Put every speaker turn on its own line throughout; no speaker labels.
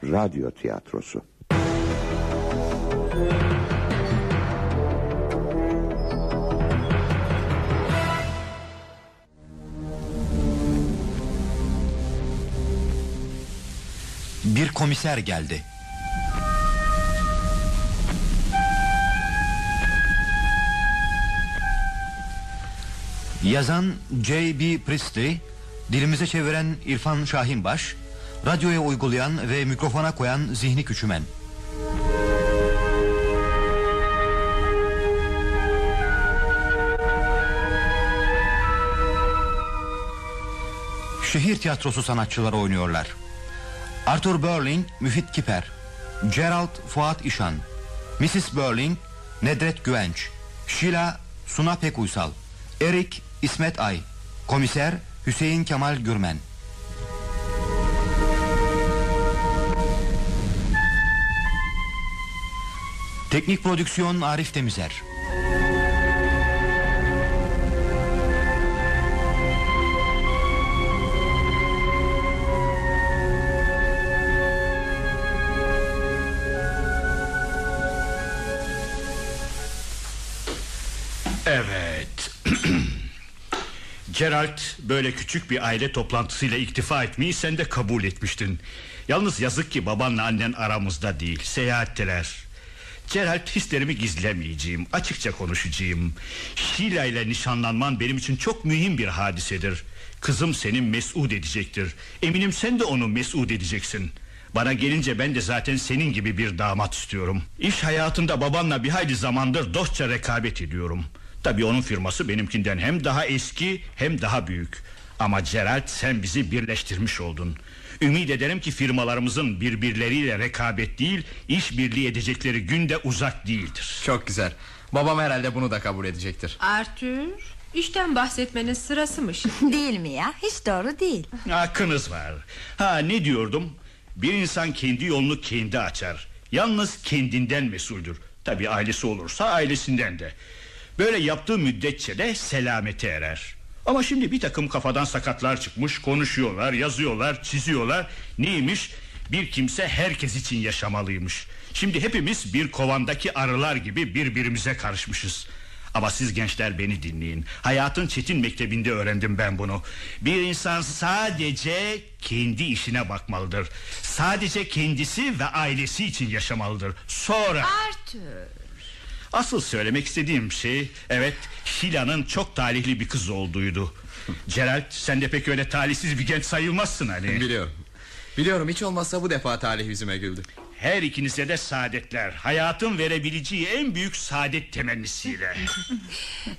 Radyo tiyatrosu.
Bir komiser geldi. Yazan J.B. Priestley, dilimize çeviren İrfan Şahinbaş, radyoya uygulayan ve mikrofona koyan Zihni Küçümen. Şehir tiyatrosu sanatçıları oynuyorlar. Arthur Burling, Müfit Kiper Gerald Fuat İşan Mrs. Burling, Nedret Güvenç Sheila, Suna Pek Uysal Erik, İsmet Ay Komiser, Hüseyin Kemal Gürmen Teknik prodüksiyon Arif Demizer
Evet. Gerald böyle küçük bir aile toplantısıyla iktifa etmeyi sen de kabul etmiştin. Yalnız yazık ki babanla annen aramızda değil, seyahatteler. Gerald hislerimi gizlemeyeceğim, açıkça konuşacağım. Sheila ile nişanlanman benim için çok mühim bir hadisedir. Kızım seni mesut edecektir. Eminim sen de onu mesut edeceksin. Bana gelince ben de zaten senin gibi bir damat istiyorum. İş hayatında babanla bir hayli zamandır dostça rekabet ediyorum. Tabii onun firması benimkinden hem daha eski hem daha büyük. Ama Gerald sen bizi birleştirmiş oldun. Ümid ederim ki firmalarımızın birbirleriyle rekabet değil, işbirliği edecekleri gün de uzak değildir.
Çok güzel. Babam herhalde bunu da kabul edecektir.
Arthur, işten bahsetmenin sırası mı şimdi?
Değil mi ya? Hiç doğru değil.
Hakkınız Ah, var. Ha ne diyordum? Bir insan kendi yolunu kendi açar. Yalnız kendinden mesuldür. Tabii ailesi olursa ailesinden de. Böyle yaptığı müddetçe de selamete erer. Ama şimdi bir takım kafadan sakatlar çıkmış, konuşuyorlar, yazıyorlar, çiziyorlar. Neymiş? Bir kimse herkes için yaşamalıymış. Şimdi hepimiz bir kovandaki arılar gibi birbirimize karışmışız. Ama siz gençler beni dinleyin. Hayatın çetin mektebinde öğrendim ben bunu. Bir insan sadece kendi işine bakmalıdır. Sadece kendisi ve ailesi için yaşamalıdır. Sonra...
Arthur,
Asıl söylemek istediğim şey... Evet, Şila'nın çok talihli bir kız olduğuydu. Gerald sen de pek öyle talihsiz bir genç sayılmazsın hani.
Biliyorum. Biliyorum hiç olmazsa bu defa talih yüzüme güldü.
Her ikinize de saadetler. Hayatın verebileceği en büyük saadet temennisiyle.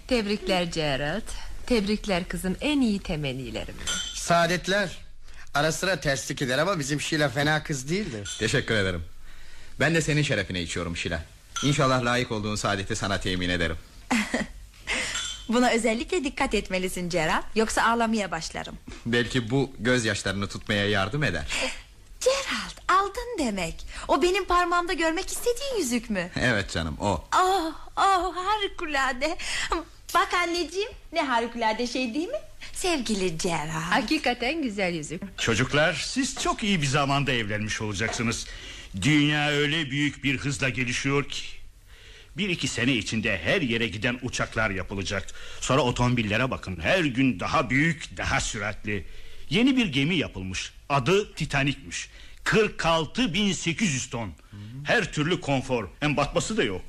tebrikler Gerald. Tebrikler kızım, en iyi temennilerim.
Saadetler Ara sıra terslik eder ama bizim Şila fena kız değildi
Teşekkür ederim. Ben de senin şerefine içiyorum Şila. İnşallah layık olduğun saadeti sana temin ederim.
Buna özellikle dikkat etmelisin Gerald. Yoksa ağlamaya başlarım.
Belki bu gözyaşlarını tutmaya yardım eder.
Gerald aldın demek. O benim parmağımda görmek istediğin yüzük mü?
Evet canım o.
Oh, oh harikulade. Bak anneciğim ne harikulade şey değil mi? Sevgili Gerald.
Hakikaten güzel yüzük.
Çocuklar siz çok iyi bir zamanda evlenmiş olacaksınız. Dünya öyle büyük bir hızla gelişiyor ki. Bir iki sene içinde her yere giden uçaklar yapılacak. Sonra otomobillere bakın. Her gün daha büyük, daha süratli. Yeni bir gemi yapılmış. Adı Titanik'miş. 46.800 ton. Her türlü konfor. Hem batması da yok.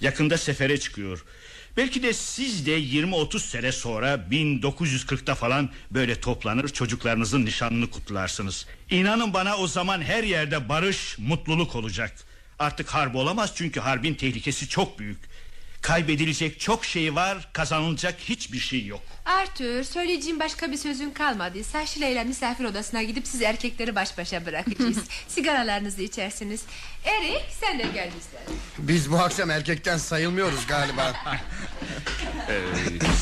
Yakında sefere çıkıyor. Belki de siz de 20-30 sene sonra 1940'ta falan böyle toplanır çocuklarınızın nişanını kutlarsınız. İnanın bana o zaman her yerde barış, mutluluk olacak. Artık harp olamaz çünkü harbin tehlikesi çok büyük. Kaybedilecek çok şey var, kazanılacak hiçbir şey yok.
Arthur, söyleyeceğim başka bir sözün kalmadıysa Şile ile misafir odasına gidip siz erkekleri baş başa bırakacağız. Sigaralarınızı içersiniz. Erik, sen de gel bizlere.
Biz bu akşam erkekten sayılmıyoruz galiba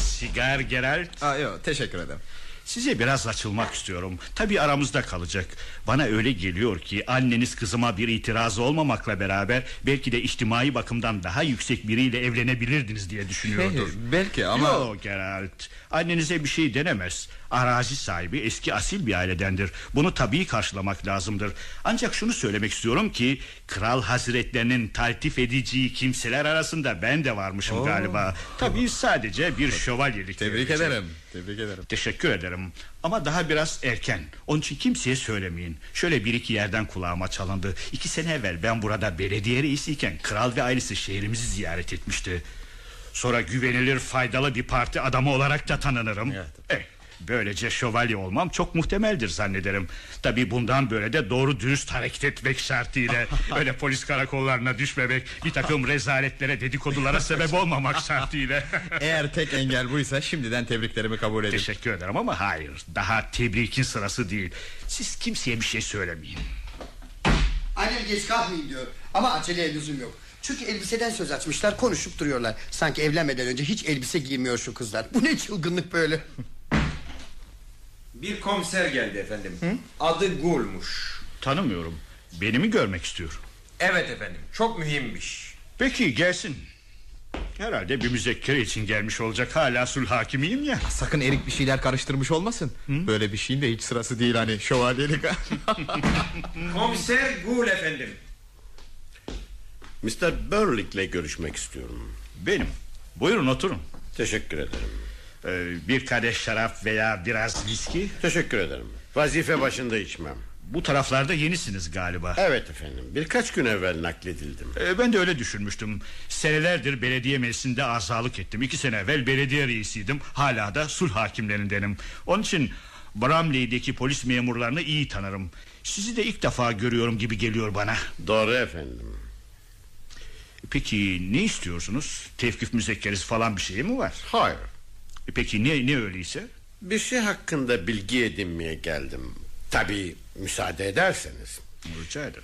Sigar Geralt,
Aa, yok teşekkür ederim.
Size biraz açılmak istiyorum. Tabii aramızda kalacak. Bana öyle geliyor ki anneniz kızıma bir itirazı olmamakla beraber belki de içtimai bakımdan daha yüksek biriyle evlenebilirdiniz diye düşünüyordur.
Hey, belki ama
Yo Geralt. Annenize bir şey denemez. Arazi sahibi eski asil bir ailedendir. Bunu tabii karşılamak lazımdır. Ancak şunu söylemek istiyorum ki kral hazretlerinin taltif edeceği kimseler arasında ben de varmışım galiba. Tabii sadece bir şövalyelik.
Tebrik
verecek.
ederim. Tebrik ederim.
Teşekkür ederim ama daha biraz erken Onun için kimseye söylemeyin Şöyle bir iki yerden kulağıma çalındı İki sene evvel ben burada belediye reisiyken Kral ve ailesi şehrimizi ziyaret etmişti Sonra güvenilir faydalı bir parti adamı olarak da tanınırım Eh, Böylece şövalye olmam çok muhtemeldir zannederim Tabi bundan böyle de doğru dürüst hareket etmek şartıyla Öyle polis karakollarına düşmemek Bir takım rezaletlere dedikodulara sebep olmamak şartıyla
Eğer tek engel buysa şimdiden tebriklerimi kabul edin.
Teşekkür ederim ama hayır Daha tebrikin sırası değil Siz kimseye bir şey söylemeyin
Annem geç kalmayayım diyor. Ama aceleye lüzum yok. Çünkü elbiseden söz açmışlar konuşup duruyorlar. Sanki evlenmeden önce hiç elbise giymiyor şu kızlar. Bu ne çılgınlık böyle.
Bir komiser geldi efendim. Adı Gul'muş.
Tanımıyorum Beni mi görmek istiyor
Evet efendim çok mühimmiş.
Peki gelsin Herhalde bir müzekkere için gelmiş olacak Hala sulh hakimiyim ya
Sakın Erik bir şeyler karıştırmış olmasın. Böyle bir şeyin de hiç sırası değil hani şövalyelik.
Komiser Gul efendim.
Mr. Burlick'le görüşmek istiyorum.
Benim Buyurun oturun
Teşekkür ederim.
Ee, Bir kadeh şarap veya biraz viski
Teşekkür ederim. Vazife başında içmem.
Bu taraflarda yenisiniz galiba
Evet efendim. Birkaç gün evvel nakledildim.
Ee, Ben de öyle düşünmüştüm Senelerdir belediye meclisinde azalık ettim İki sene evvel belediye reisiydim Hala da sulh hakimlerindenim Onun için Bramley'deki polis memurlarını iyi tanırım Sizi de ilk defa görüyorum gibi geliyor bana
Doğru efendim.
Peki ne istiyorsunuz? Tevkif müzekkeresi falan bir şey mi var?
Hayır.
Peki ne, ne öyleyse?
Bir şey hakkında bilgi edinmeye geldim. Tabii müsaade ederseniz.
Rica ederim.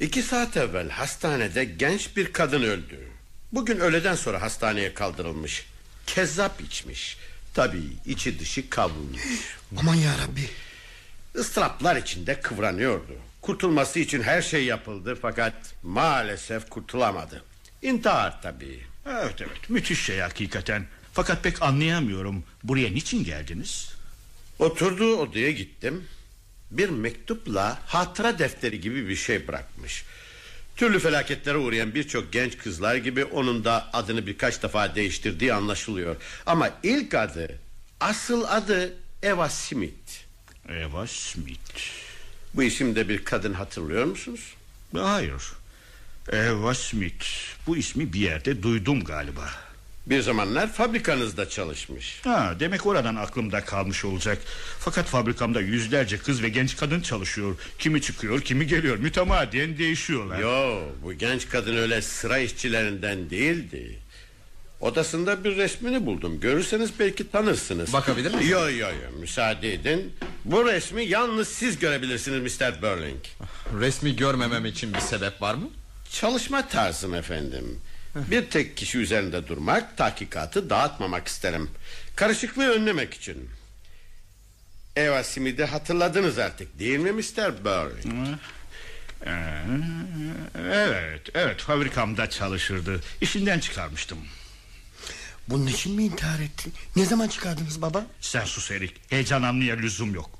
İki saat evvel hastanede genç bir kadın öldü. Bugün öğleden sonra hastaneye kaldırılmış. Kezzap içmiş. Tabii içi dışı kavrulmuş.
Aman ya Rabbi.
Israplar içinde kıvranıyordu. Kurtulması için her şey yapıldı fakat maalesef kurtulamadı. İntihar tabii.
Evet evet müthiş şey hakikaten. Fakat pek anlayamıyorum. Buraya niçin geldiniz?
Oturduğu odaya gittim. Bir mektupla hatıra defteri gibi bir şey bırakmış. Türlü felaketlere uğrayan birçok genç kızlar gibi onun da adını birkaç defa değiştirdiği anlaşılıyor. Ama ilk adı, asıl adı Eva Smith.
Eva Smith.
Bu isimde bir kadın hatırlıyor musunuz?
Hayır. Eva Smith. Bu ismi bir yerde duydum galiba.
Bir zamanlar fabrikanızda çalışmış.
Ha, demek oradan aklımda kalmış olacak. Fakat fabrikamda yüzlerce kız ve genç kadın çalışıyor. Kimi çıkıyor, kimi geliyor. Mütemadiyen değişiyorlar.
Yo bu genç kadın öyle sıra işçilerinden değildi Odasında bir resmini buldum Görürseniz belki tanırsınız
Bakabilir miyim?
Yo yo yo müsaade edin Bu resmi yalnız siz görebilirsiniz Mr. Burling
Resmi görmemem için bir sebep var mı?
Çalışma tarzım efendim Bir tek kişi üzerinde durmak Tahkikatı dağıtmamak isterim Karışıklığı önlemek için Eva Smith'i hatırladınız artık Değil mi Mr. Burling?
Ee, Evet, evet fabrikamda çalışırdı. İşinden çıkarmıştım.
Bunun için mi intihar ettin? Ne zaman çıkardınız baba?
Sen sus Erik, heyecan anlaya lüzum yok.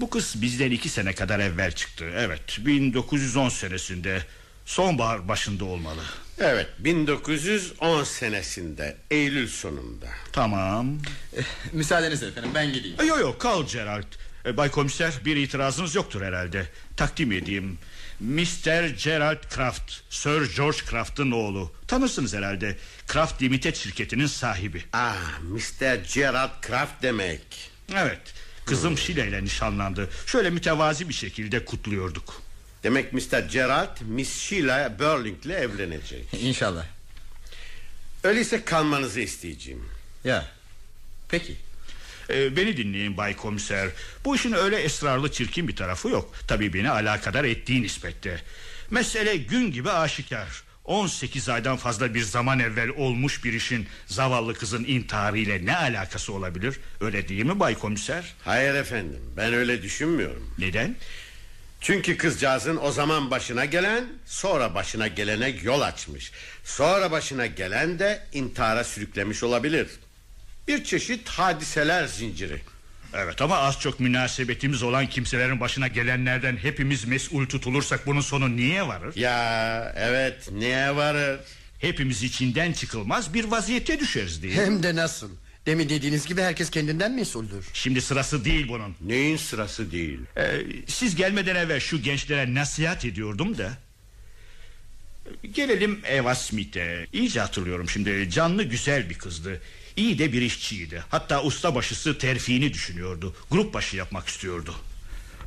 Bu kız bizden iki sene kadar evvel çıktı. Evet, 1910 senesinde sonbahar başında olmalı.
Evet 1910 senesinde Eylül sonunda
Tamam.
Müsaadenizle efendim ben gideyim.
Yok yok kal Gerard. E, Bay komiser bir itirazınız yoktur herhalde. Takdim edeyim. Mr. Gerald Kraft, Sir George Kraft'ın oğlu. Tanırsınız herhalde. Kraft Limited şirketinin sahibi.
Ah, Mr. Gerard Kraft demek.
Evet kızım Şile ile nişanlandı Şöyle mütevazi bir şekilde kutluyorduk
Demek Mr. Gerard Miss Sheila Burling'le evlenecek.
İnşallah.
Öyleyse kalmanızı isteyeceğim.
Ya. Peki.
Ee, Beni dinleyin Bay Komiser Bu işin öyle ısrarlı çirkin bir tarafı yok Tabii beni alakadar ettiği nispette Mesele gün gibi aşikar 18 aydan fazla bir zaman evvel olmuş bir işin Zavallı kızın intiharıyla ne alakası olabilir Öyle değil mi Bay Komiser
Hayır efendim, ben öyle düşünmüyorum.
Neden
Çünkü kızcağızın o zaman başına gelen, sonra başına gelene yol açmış. Sonra başına gelen de intihara sürüklemiş olabilir. Bir çeşit hadiseler zinciri.
Evet ama az çok münasebetimiz olan kimselerin başına gelenlerden hepimiz mesul tutulursak bunun sonu niye varır?
Ya evet niye varır?
Hepimiz içinden çıkılmaz bir vaziyete düşeriz diye.
Hem de nasıl? Demin dediğiniz gibi herkes kendinden mesuldür.
Şimdi sırası değil bunun.
Neyin sırası değil? E,
Ee, siz gelmeden evvel şu gençlere nasihat ediyordum da. Gelelim Eva Smith'e. İyice hatırlıyorum şimdi. Canlı güzel bir kızdı. İyi de bir işçiydi. Hatta ustabaşısı terfiini düşünüyordu. Grup başı yapmak istiyordu.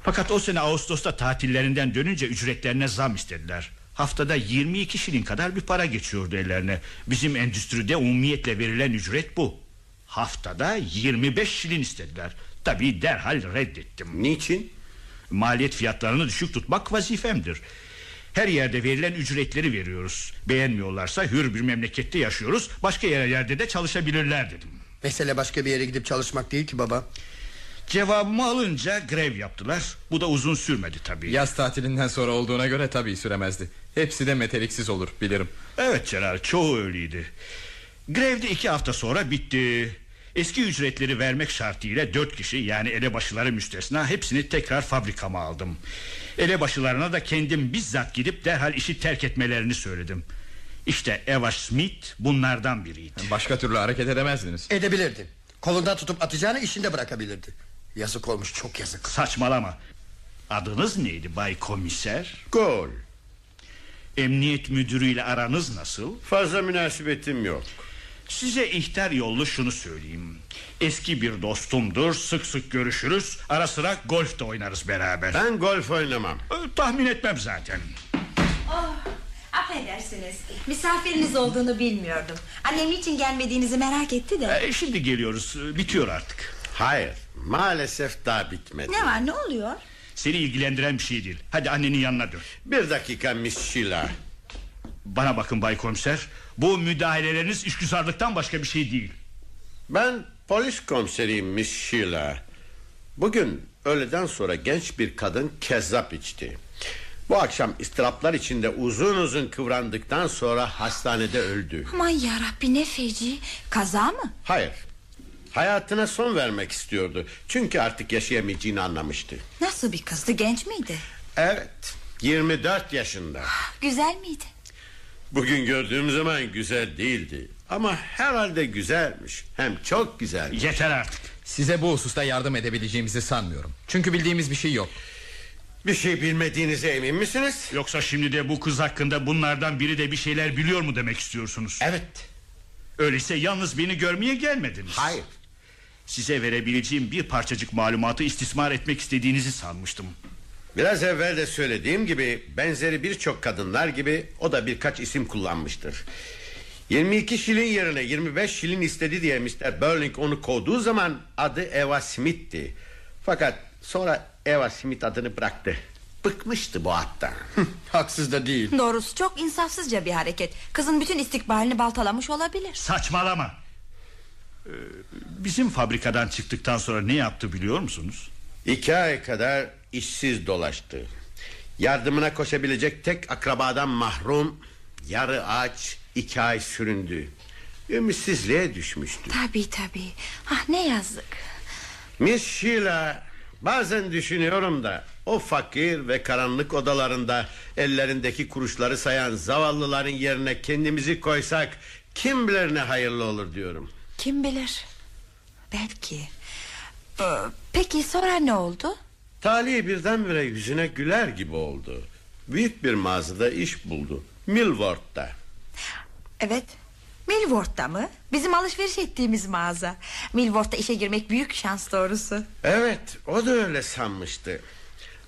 Fakat o sene Ağustos'ta tatillerinden dönünce ücretlerine zam istediler. Haftada 22 şilin kadar bir para geçiyordu ellerine. Bizim endüstride umumiyetle verilen ücret bu. Haftada 25 şilin istediler. Tabii derhal reddettim.
Niçin?
Maliyet fiyatlarını düşük tutmak vazifemdir. Her yerde verilen ücretleri veriyoruz. Beğenmiyorlarsa hür bir memlekette yaşıyoruz. Başka yere yerde de çalışabilirler dedim.
Mesele başka bir yere gidip çalışmak değil ki baba.
Cevabımı alınca grev yaptılar. Bu da uzun sürmedi tabii.
Yaz tatilinden sonra olduğuna göre tabii süremezdi. Hepsi de meteliksiz olur bilirim.
Evet Celal çoğu öyleydi. Grev de iki hafta sonra bitti. Eski ücretleri vermek şartıyla dört kişi yani elebaşıları müstesna hepsini tekrar fabrikama aldım. Elebaşılarına da kendim bizzat gidip derhal işi terk etmelerini söyledim. İşte Eva Smith bunlardan biriydi.
Başka türlü hareket edemezdiniz.
Edebilirdi. Kolundan tutup atacağını işinde bırakabilirdi. Yazık olmuş çok yazık.
Saçmalama. Adınız neydi Bay Komiser?
Gol.
Emniyet müdürüyle aranız nasıl?
Fazla münasebetim yok.
Size ihtar yollu şunu söyleyeyim. Eski bir dostumdur, sık sık görüşürüz, ara sıra golf de oynarız beraber.
Ben golf oynamam.
Ee, Tahmin etmem zaten.
Oh, affedersiniz. Misafiriniz olduğunu bilmiyordum. Annem için gelmediğinizi merak etti de.
Ee, Şimdi geliyoruz, ee, bitiyor artık.
Hayır maalesef daha bitmedi.
Ne var ne oluyor?
Seni ilgilendiren bir şey değil. Hadi annenin yanına dön.
Bir dakika Miss Sheila.
Bana bakın Bay Komiser, bu müdahaleleriniz işgüzarlıktan başka bir şey değil.
Ben polis komiseriyim Miss Sheila. Bugün öğleden sonra genç bir kadın kezzap içti. Bu akşam istiraplar içinde uzun uzun kıvrandıktan sonra hastanede öldü.
Aman yarabbi ne feci. Kaza mı?
Hayır. Hayatına son vermek istiyordu. Çünkü artık yaşayamayacağını anlamıştı.
Nasıl bir kızdı genç miydi?
Evet. 24 yaşında.
Güzel miydi?
Bugün gördüğüm zaman güzel değildi. Ama herhalde güzelmiş. Hem çok güzelmiş.
Yeter artık.
Size bu hususta yardım edebileceğimizi sanmıyorum. Çünkü bildiğimiz bir şey yok.
Bir şey bilmediğinize emin misiniz?
Yoksa şimdi de bu kız hakkında bunlardan biri de bir şeyler biliyor mu demek istiyorsunuz?
Evet.
Öyleyse yalnız beni görmeye gelmediniz.
Hayır.
Size verebileceğim bir parçacık malumatı istismar etmek istediğinizi sanmıştım.
Biraz evvel de söylediğim gibi benzeri birçok kadınlar gibi o da birkaç isim kullanmıştır. 22 şilin yerine 25 şilin istedi diye Mr. Burling onu kovduğu zaman adı Eva Smith'ti. Fakat sonra Eva Smith adını bıraktı. Bıkmıştı bu hatta.
Haksız da değil.
Doğrusu çok insafsızca bir hareket. Kızın bütün istikbalini baltalamış olabilir.
Saçmalama. Ee, Bizim fabrikadan çıktıktan sonra ne yaptı biliyor musunuz?
İki ay kadar işsiz dolaştı. Yardımına koşabilecek tek akrabadan mahrum, yarı aç, iki ay süründü. Ümitsizliğe düşmüştü.
Tabii tabii. Ah ne yazık.
Miss Sheila bazen düşünüyorum da o fakir ve karanlık odalarında ellerindeki kuruşları sayan zavallıların yerine kendimizi koysak kim bilir ne hayırlı olur diyorum.
Kim bilir? Belki. Ee, Peki sonra ne oldu?
Talih birdenbire yüzüne güler gibi oldu. Büyük bir mağazada iş buldu. Milword'da.
Evet. Milword'da mı? Bizim alışveriş ettiğimiz mağaza. Milword'da işe girmek büyük şans doğrusu.
Evet o da öyle sanmıştı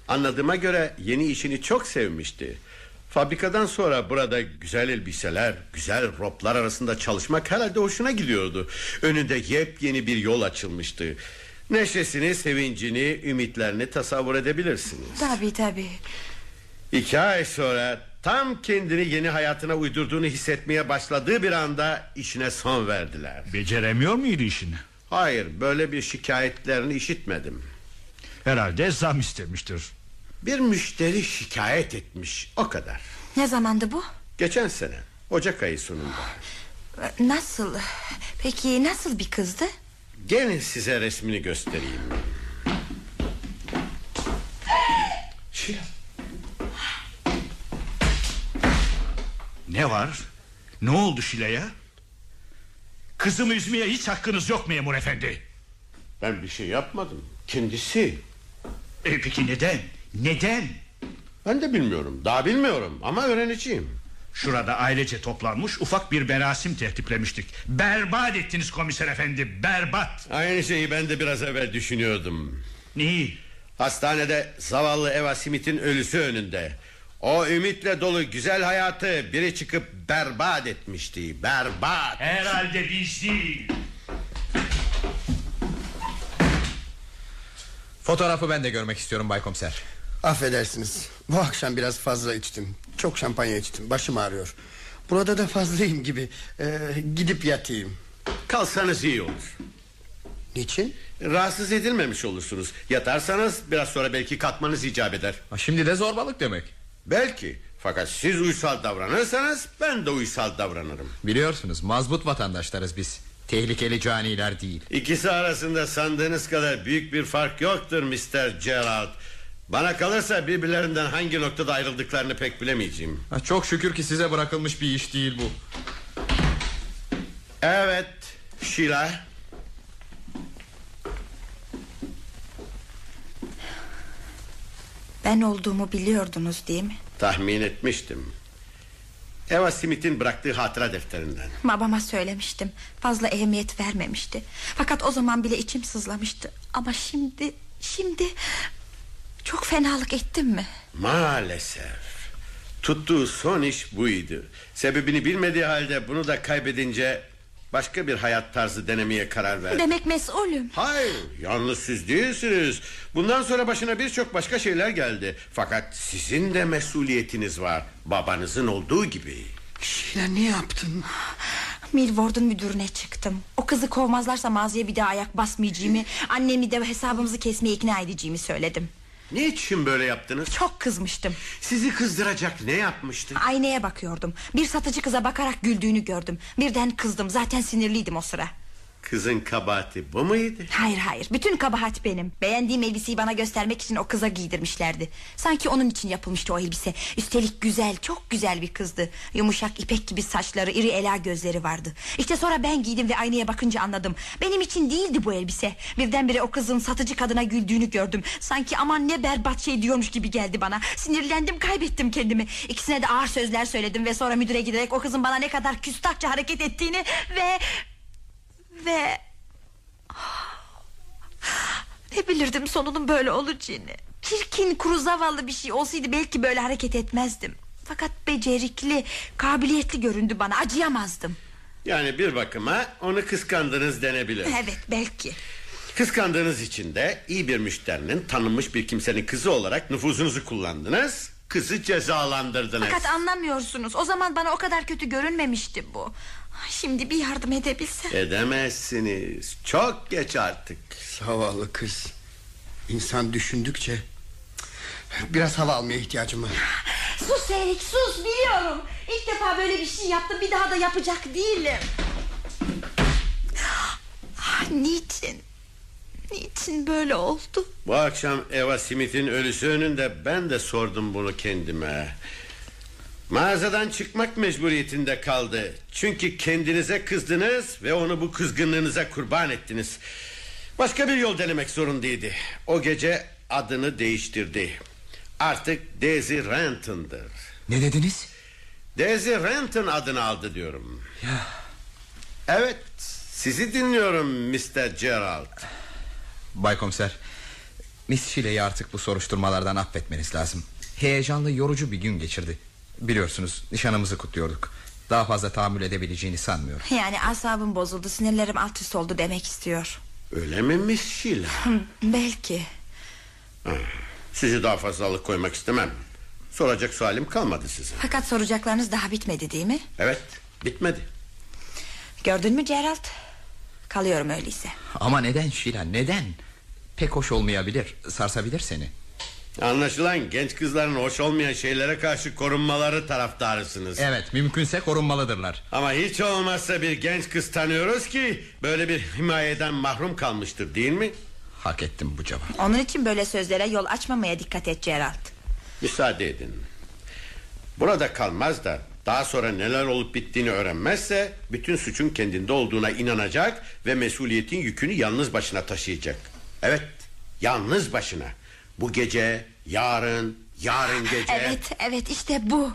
Anladığıma göre yeni işini çok sevmişti Fabrikadan sonra burada güzel elbiseler Güzel roplar arasında çalışmak herhalde hoşuna gidiyordu Önünde yepyeni bir yol açılmıştı Neşesini, sevincini, ümitlerini tasavvur edebilirsiniz
Tabii tabii.
İki ay sonra tam kendini yeni hayatına uydurduğunu hissetmeye başladığı bir anda işine son verdiler
Beceremiyor muydu işini?
Hayır böyle bir şikayetlerini işitmedim
Herhalde zam istemiştir.
Bir müşteri şikayet etmiş o kadar
Ne zamandı bu?
Geçen sene Ocak ayı sonunda
Ee, Nasıl? Peki nasıl bir kızdı?
Gelin size resmini göstereyim. Şila.
Ne var? Ne oldu Şile'ye? Kızımı üzmeye hiç hakkınız yok memur efendi.
Ben bir şey yapmadım. Kendisi.
E peki neden? Neden?
Ben de bilmiyorum. Daha bilmiyorum ama öğreneceğim.
Şurada ailece toplanmış ufak bir merasim tertiplemiştik. Berbat ettiniz komiser efendi, berbat.
Aynı şeyi ben de biraz evvel düşünüyordum.
Neyi?
Hastanede zavallı Eva Simit'in ölüsü önünde. O ümitle dolu güzel hayatı biri çıkıp berbat etmişti. Berbat.
Herhalde biz değil.
Fotoğrafı ben de görmek istiyorum Bay Komiser.
Affedersiniz bu akşam biraz fazla içtim Çok şampanya içtim başım ağrıyor Burada da fazlayım gibi Ee, Gidip yatayım
Kalsanız iyi olur.
Niçin?
Rahatsız edilmemiş olursunuz. Yatarsanız biraz sonra belki kalkmanız icap eder.
Ha, Şimdi de zorbalık demek.
Belki. Fakat siz uysal davranırsanız ben de uysal davranırım.
Biliyorsunuz mazbut vatandaşlarız biz. Tehlikeli caniler değil.
İkisi arasında sandığınız kadar büyük bir fark yoktur Mr. Gerald. Bana kalırsa birbirlerinden hangi noktada ayrıldıklarını pek bilemeyeceğim.
Ha, Çok şükür ki size bırakılmış bir iş değil bu.
Evet, Şila.
Ben olduğumu biliyordunuz değil mi?
Tahmin etmiştim. Eva Smith'in bıraktığı hatıra defterinden.
Babama söylemiştim. Fazla ehemmiyet vermemişti. Fakat o zaman bile içim sızlamıştı. Ama şimdi, şimdi... Çok fenalık ettim mi?
Maalesef. Tuttuğu son iş buydu. Sebebini bilmediği halde bunu da kaybedince... ...başka bir hayat tarzı denemeye karar verdi.
Demek mesulüm.
Hayır yalnız siz değilsiniz Bundan sonra başına birçok başka şeyler geldi Fakat sizin de mesuliyetiniz var Babanızın olduğu gibi
Şila ne yaptın?
Milward'un müdürüne çıktım. O kızı kovmazlarsa mağazaya bir daha ayak basmayacağımı... ...annemi de hesabımızı kesmeye ikna edeceğimi söyledim.
Niçin böyle yaptınız
Çok kızmıştım.
Sizi kızdıracak ne yapmıştı
Aynaya bakıyordum. Bir satıcı kıza bakarak güldüğünü gördüm. Birden kızdım. Zaten sinirliydim o sıra.
Kızın kabahati bu muydu
Hayır hayır bütün kabahat benim Beğendiğim elbiseyi bana göstermek için o kıza giydirmişlerdi Sanki onun için yapılmıştı o elbise Üstelik güzel çok güzel bir kızdı Yumuşak ipek gibi saçları iri ela gözleri vardı İşte sonra ben giydim ve aynaya bakınca anladım Benim için değildi bu elbise Birdenbire o kızın satıcı kadına güldüğünü gördüm Sanki aman ne berbat şey diyormuş gibi geldi bana Sinirlendim kaybettim kendimi İkisine de ağır sözler söyledim Ve sonra müdüre giderek o kızın bana ne kadar küstahça hareket ettiğini Ve... Ve... Ne bilirdim sonunun böyle olacağını. Çirkin kuru zavallı bir şey olsaydı belki böyle hareket etmezdim. Fakat becerikli, kabiliyetli göründü bana acıyamazdım.
Yani bir bakıma onu kıskandınız denebilir
Evet belki.
Kıskandığınız için de iyi bir müşterinin tanınmış bir kimsenin kızı olarak nüfuzunuzu kullandınız Kızı cezalandırdınız
Fakat anlamıyorsunuz. O zaman bana o kadar kötü görünmemişti bu. Ay, Şimdi bir yardım edebilsem.
Edemezsiniz çok geç artık
Zavallı kız İnsan düşündükçe Biraz hava almaya ihtiyacım var
Sus Erik sus biliyorum. İlk defa böyle bir şey yaptım. Bir daha da yapacak değilim. Ah, Niçin? Niçin böyle oldu?
Bu akşam Eva Smith'in ölüsü önünde ben de sordum bunu kendime. Mağazadan çıkmak mecburiyetinde kaldı. Çünkü kendinize kızdınız ve onu bu kızgınlığınıza kurban ettiniz. Başka bir yol denemek zorundaydı. O gece adını değiştirdi. Artık Daisy Renton'dır.
Ne dediniz?
Daisy Renton adını aldı diyorum. Evet, sizi dinliyorum Mr. Gerald.
Bay Komiser Miss Şile'yi artık bu soruşturmalardan affetmeniz lazım Heyecanlı yorucu bir gün geçirdi Biliyorsunuz nişanımızı kutluyorduk Daha fazla tahammül edebileceğini sanmıyorum
Yani asabım bozuldu sinirlerim alt üst oldu demek istiyor
Öyle mi Miss Sheila?
Belki
Sizi daha fazlalık koymak istemem. Soracak sualim kalmadı size.
Fakat soracaklarınız daha bitmedi değil mi?
Evet, bitmedi.
Gördün mü Gerald? Kalıyorum öyleyse
Ama neden Şila neden Pek hoş olmayabilir sarsabilir seni
Anlaşılan genç kızların hoş olmayan şeylere karşı korunmaları taraftarısınız.
Evet mümkünse korunmalıdırlar.
Ama hiç olmazsa bir genç kız tanıyoruz ki böyle bir himayeden mahrum kalmıştır değil mi?
Hak ettim bu cevabı.
Onun için böyle sözlere yol açmamaya dikkat et Gerald.
Müsaade edin. Burada kalmaz da daha sonra neler olup bittiğini öğrenmezse bütün suçun kendinde olduğuna inanacak ve mesuliyetin yükünü yalnız başına taşıyacak. Evet, yalnız başına. Bu gece, yarın, yarın gece.
Evet evet işte bu.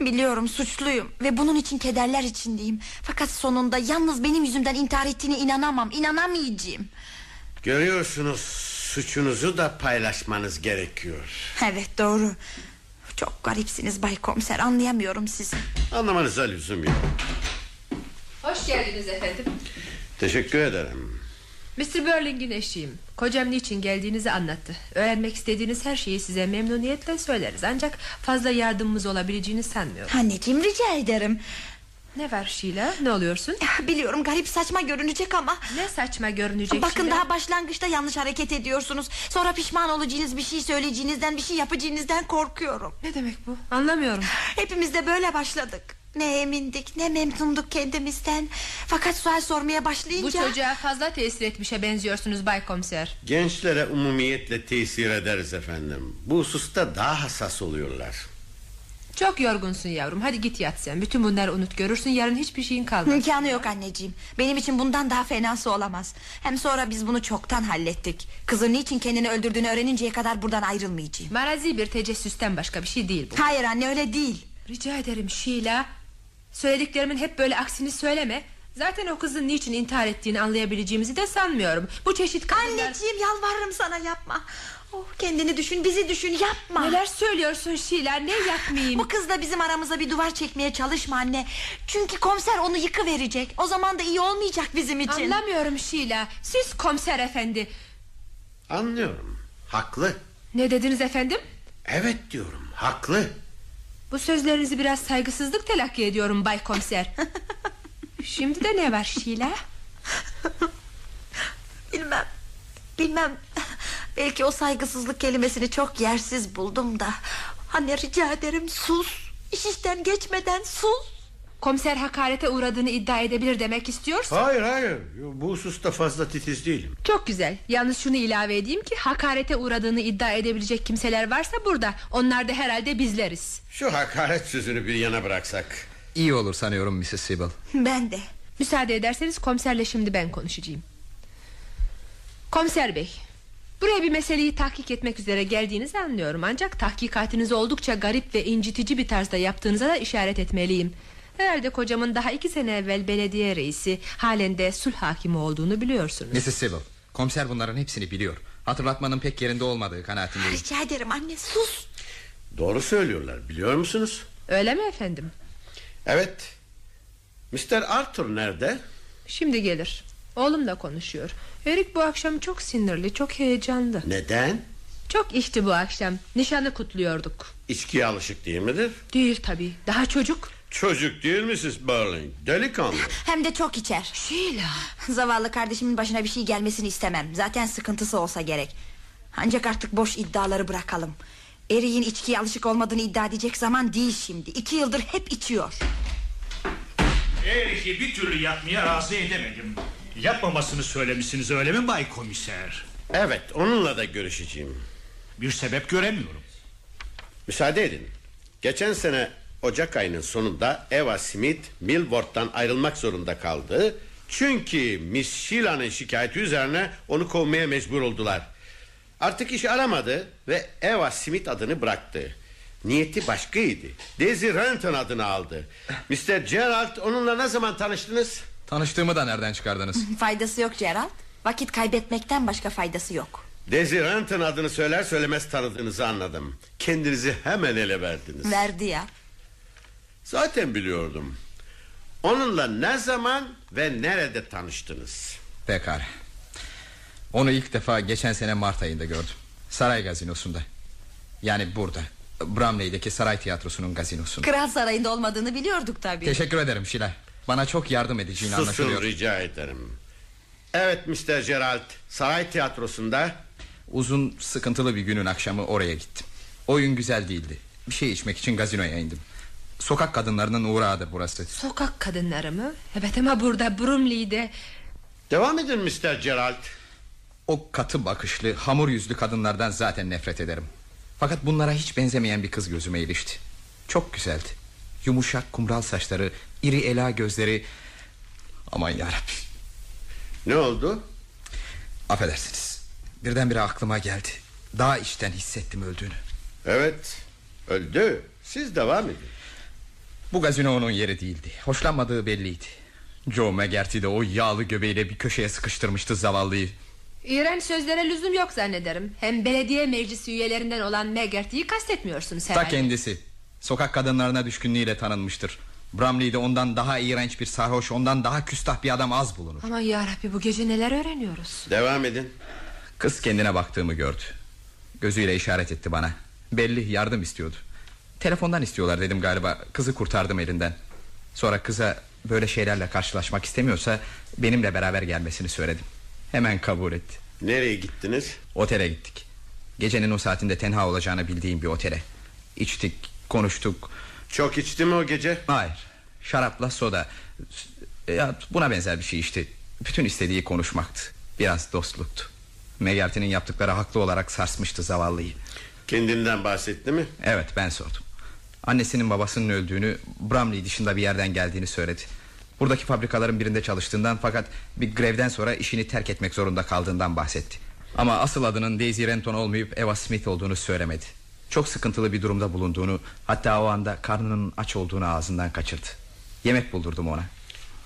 Biliyorum suçluyum ve bunun için kederler içindeyim. Fakat sonunda yalnız benim yüzümden intihar ettiğine inanamam. inanamayacağım.
Görüyorsunuz suçunuzu da paylaşmanız gerekiyor.
Evet doğru. Çok garipsiniz Bay Komiser anlayamıyorum sizi.
Anlamanıza lüzum yok.
Hoş geldiniz efendim.
Teşekkür ederim.
Mr. Burling'in eşiyim. Kocam niçin geldiğinizi anlattı. Öğrenmek istediğiniz her şeyi size memnuniyetle söyleriz. Ancak fazla yardımımız olabileceğini sanmıyorum.
Anneciğim rica ederim.
Ne var Şila? Ne oluyorsun?
Biliyorum garip saçma görünecek ama
Ne saçma görünecek
Bakın
Sheila?
daha başlangıçta yanlış hareket ediyorsunuz. Sonra pişman olacağınız bir şey söyleyeceğinizden, bir şey yapacağınızdan korkuyorum.
Ne demek bu? Anlamıyorum.
Hepimiz de böyle başladık. Ne emindik, ne memnunduk kendimizden. Fakat sual sormaya
Bu
başlayınca...
çocuğa fazla tesir etmişe benziyorsunuz Bay Komiser.
Gençlere umumiyetle tesir ederiz efendim. Bu hususta daha hassas oluyorlar.
Çok yorgunsun yavrum. Hadi git yat sen. Bütün bunları unut görürsün. Yarın hiçbir şeyin kalmaz.
İmkanı yok anneciğim. Benim için bundan daha fenası olamaz. Hem sonra biz bunu çoktan hallettik. Kızın niçin kendini öldürdüğünü öğreninceye kadar buradan ayrılmayacağım.
Marazi bir tecessüsten başka bir şey değil bu.
Hayır anne öyle değil.
Rica ederim Şila. Söylediklerimin hep böyle aksini söyleme. Zaten o kızın niçin intihar ettiğini anlayabileceğimizi de sanmıyorum. Bu çeşit kadınlar...
Anneciğim yalvarırım sana yapma. Oh, kendini düşün, bizi düşün, yapma.
Neler söylüyorsun Şila? Ne yapmayayım?
Bu kızla bizim aramıza bir duvar çekmeye çalışma anne. Çünkü komiser onu yıkıverecek. O zaman da iyi olmayacak bizim için.
Anlamıyorum Şila. Siz komiser efendi.
Anlıyorum. Haklı.
Ne dediniz efendim?
Evet diyorum. Haklı.
Bu sözlerinizi biraz saygısızlık telakki ediyorum Bay Komiser. Şimdi de ne var Şila?
Bilmem. Bilmem. Belki o saygısızlık kelimesini çok yersiz buldum da. Anne rica ederim sus. İş işten geçmeden sus.
Komiser hakarete uğradığını iddia edebilir demek istiyorsun.
Hayır hayır. Bu hususta fazla titiz değilim.
Çok güzel. Yalnız şunu ilave edeyim ki hakarete uğradığını iddia edebilecek kimseler varsa burada. Onlar da herhalde bizleriz.
Şu hakaret sözünü bir yana bıraksak.
İyi olur sanıyorum Mrs. Sibyl.
Ben de.
Müsaade ederseniz komiserle şimdi ben konuşacağım. Komiser bey, buraya bir meseleyi tahkik etmek üzere geldiğinizi anlıyorum. Ancak tahkikatinizi oldukça garip ve incitici bir tarzda yaptığınıza da işaret etmeliyim. Herhalde kocamın daha iki sene evvel belediye reisi, halen de sulh hakimi olduğunu biliyorsunuz.
Mrs. Sibyl komiser bunların hepsini biliyor. Hatırlatmanın pek yerinde olmadığı kanaatindeyim.
Rica ederim anne sus.
Doğru söylüyorlar biliyor musunuz?
Öyle mi efendim?
Evet. Mr. Arthur nerede?
Şimdi gelir. Oğlumla konuşuyor. Erik bu akşam çok sinirli, çok heyecanlı.
Neden?
Çok içti bu akşam. Nişanı kutluyorduk.
İçkiye alışık değil midir?
Değil tabii. Daha çocuk.
Çocuk değil misiniz Burling? Delikanlı.
Hem de çok içer.
Şila.
Zavallı kardeşimin başına bir şey gelmesini istemem. Zaten sıkıntısı olsa gerek. Ancak artık boş iddiaları bırakalım. Eriğin içkiye alışık olmadığını iddia edecek zaman değil şimdi. İki yıldır hep içiyor.
Erik'i bir türlü yapmaya razı edemedim. Yapmamasını söylemişsiniz öyle mi Bay Komiser?
evet onunla da görüşeceğim.
Bir sebep göremiyorum.
Müsaade edin. Geçen sene Ocak ayının sonunda Eva Smith Milward'dan ayrılmak zorunda kaldı. Çünkü Miss Sheila'nın şikayeti üzerine onu kovmaya mecbur oldular. Artık iş aramadı ve Eva Smith adını bıraktı. Niyeti başkaydı. Daisy Renton adını aldı. Mr. Gerald onunla ne zaman tanıştınız?
Tanıştığımı da nereden çıkardınız?
Faydası yok Gerald. Vakit kaybetmekten başka faydası yok.
Daisy Renton adını söyler söylemez tanıdığınızı anladım. Kendinizi hemen ele verdiniz.
Verdi ya.
Zaten biliyordum. Onunla ne zaman ve nerede tanıştınız?
Pekala. Onu ilk defa geçen sene Mart ayında gördüm. Saray gazinosunda. Yani burada. Bramley'deki saray tiyatrosunun gazinosunda.
Kral sarayında olmadığını biliyorduk tabii.
Teşekkür ederim Şila. Bana çok yardım edeceğini
Susun
anlaşılıyor.
rica ederim. Evet Mr. Gerald, Saray Tiyatrosu'nda
Uzun sıkıntılı bir günün akşamı oraya gittim. Oyun güzel değildi. Bir şey içmek için gazinoya indim. Sokak kadınlarının uğrağı burası.
Sokak kadınları mı? Evet ama burada Brumley'de
Devam edin Mr. Gerald.
O katı bakışlı, hamur yüzlü kadınlardan zaten nefret ederim. Fakat bunlara hiç benzemeyen bir kız gözüme ilişti. Çok güzeldi. Yumuşak kumral saçları, iri ela gözleri... Aman yarabbim.
Ne oldu?
Affedersiniz. Birdenbire aklıma geldi. Daha içten hissettim öldüğünü.
Evet öldü. Siz devam edin.
Bu gazino onun yeri değildi. Hoşlanmadığı belliydi. Joe McGarty de o yağlı göbeğiyle bir köşeye sıkıştırmıştı zavallıyı.
İğrenç sözlere lüzum yok zannederim. Hem belediye meclisi üyelerinden olan Megerti'yi kastetmiyorsunuz
Ta
herhalde.
kendisi. Sokak kadınlarına düşkünlüğüyle tanınmıştır. Bramley'de ondan daha iğrenç bir sarhoş, ondan daha küstah bir adam az bulunur.
Aman yarabbi bu gece neler öğreniyoruz?
Devam edin.
Kız kendine baktığımı gördü. Gözüyle işaret etti bana. Belli yardım istiyordu. Telefondan istiyorlar dedim galiba. Kızı kurtardım elinden. Sonra kıza böyle şeylerle karşılaşmak istemiyorsa benimle beraber gelmesini söyledim. Hemen kabul etti.
Nereye gittiniz?
Otele gittik. Gecenin o saatinde tenha olacağını bildiğim bir otele. İçtik, konuştuk.
Çok içti mi o gece?
Hayır, şarapla soda. S- Ya buna benzer bir şey işte. Bütün istediği konuşmaktı. Biraz dostluktu. Megerti'nin yaptıkları haklı olarak sarsmıştı zavallıyı.
Kendinden bahsetti mi?
Evet ben sordum. Annesinin babasının öldüğünü Bramley dışında bir yerden geldiğini söyledi. Buradaki fabrikaların birinde çalıştığından fakat bir grevden sonra işini terk etmek zorunda kaldığından bahsetti. Ama asıl adının Daisy Renton olmayıp Eva Smith olduğunu söylemedi. Çok sıkıntılı bir durumda bulunduğunu hatta o anda karnının aç olduğunu ağzından kaçırdı. Yemek buldurdum ona.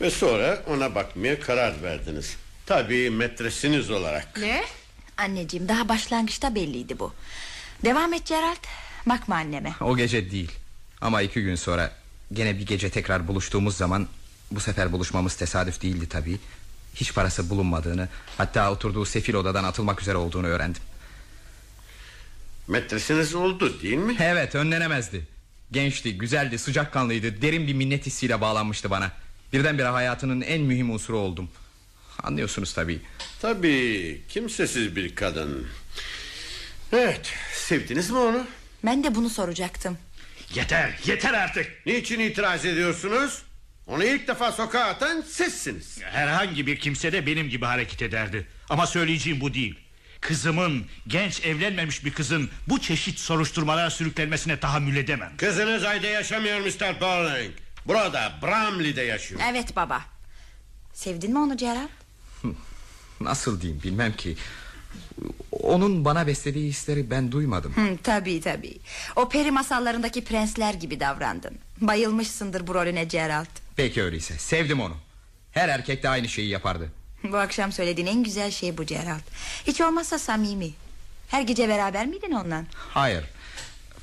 Ve sonra ona bakmaya karar verdiniz. Tabii metresiniz olarak.
Ne?
Anneciğim daha başlangıçta belliydi bu. Devam et Gerald. Bakma anneme.
O gece değil ama iki gün sonra gene bir gece tekrar buluştuğumuz zaman bu sefer buluşmamız tesadüf değildi tabii. Hiç parası bulunmadığını hatta oturduğu sefil odadan atılmak üzere olduğunu öğrendim.
Metresiniz oldu değil mi?
Evet önlenemezdi. Gençti, güzeldi, sıcakkanlıydı, derin bir minnet hissiyle bağlanmıştı bana. Birdenbire hayatının en mühim unsuru oldum. Anlıyorsunuz tabii.
Tabii kimsesiz bir kadın. Evet sevdiniz mi onu?
Ben de bunu soracaktım.
Yeter yeter artık
Niçin itiraz ediyorsunuz? Onu ilk defa sokağa atan sizsiniz.
Herhangi bir kimse de benim gibi hareket ederdi Ama söyleyeceğim bu değil Kızımın genç evlenmemiş bir kızın Bu çeşit soruşturmalara sürüklenmesine tahammül edemem
Kızınız ayda yaşamıyor Mr. Burling. Burada Bramley'de yaşıyor.
Evet baba. Sevdin mi onu Gerald?
Nasıl diyeyim bilmem ki. Onun bana beslediği hisleri ben duymadım.
Hı, tabii tabii. O peri masallarındaki prensler gibi davrandın. Bayılmışsındır bu rolüne Gerald.
Peki öyleyse sevdim onu. Her erkek de aynı şeyi yapardı.
Bu akşam söylediğin en güzel şey bu Gerald. Hiç olmazsa samimi. Her gece beraber miydin ondan?
Hayır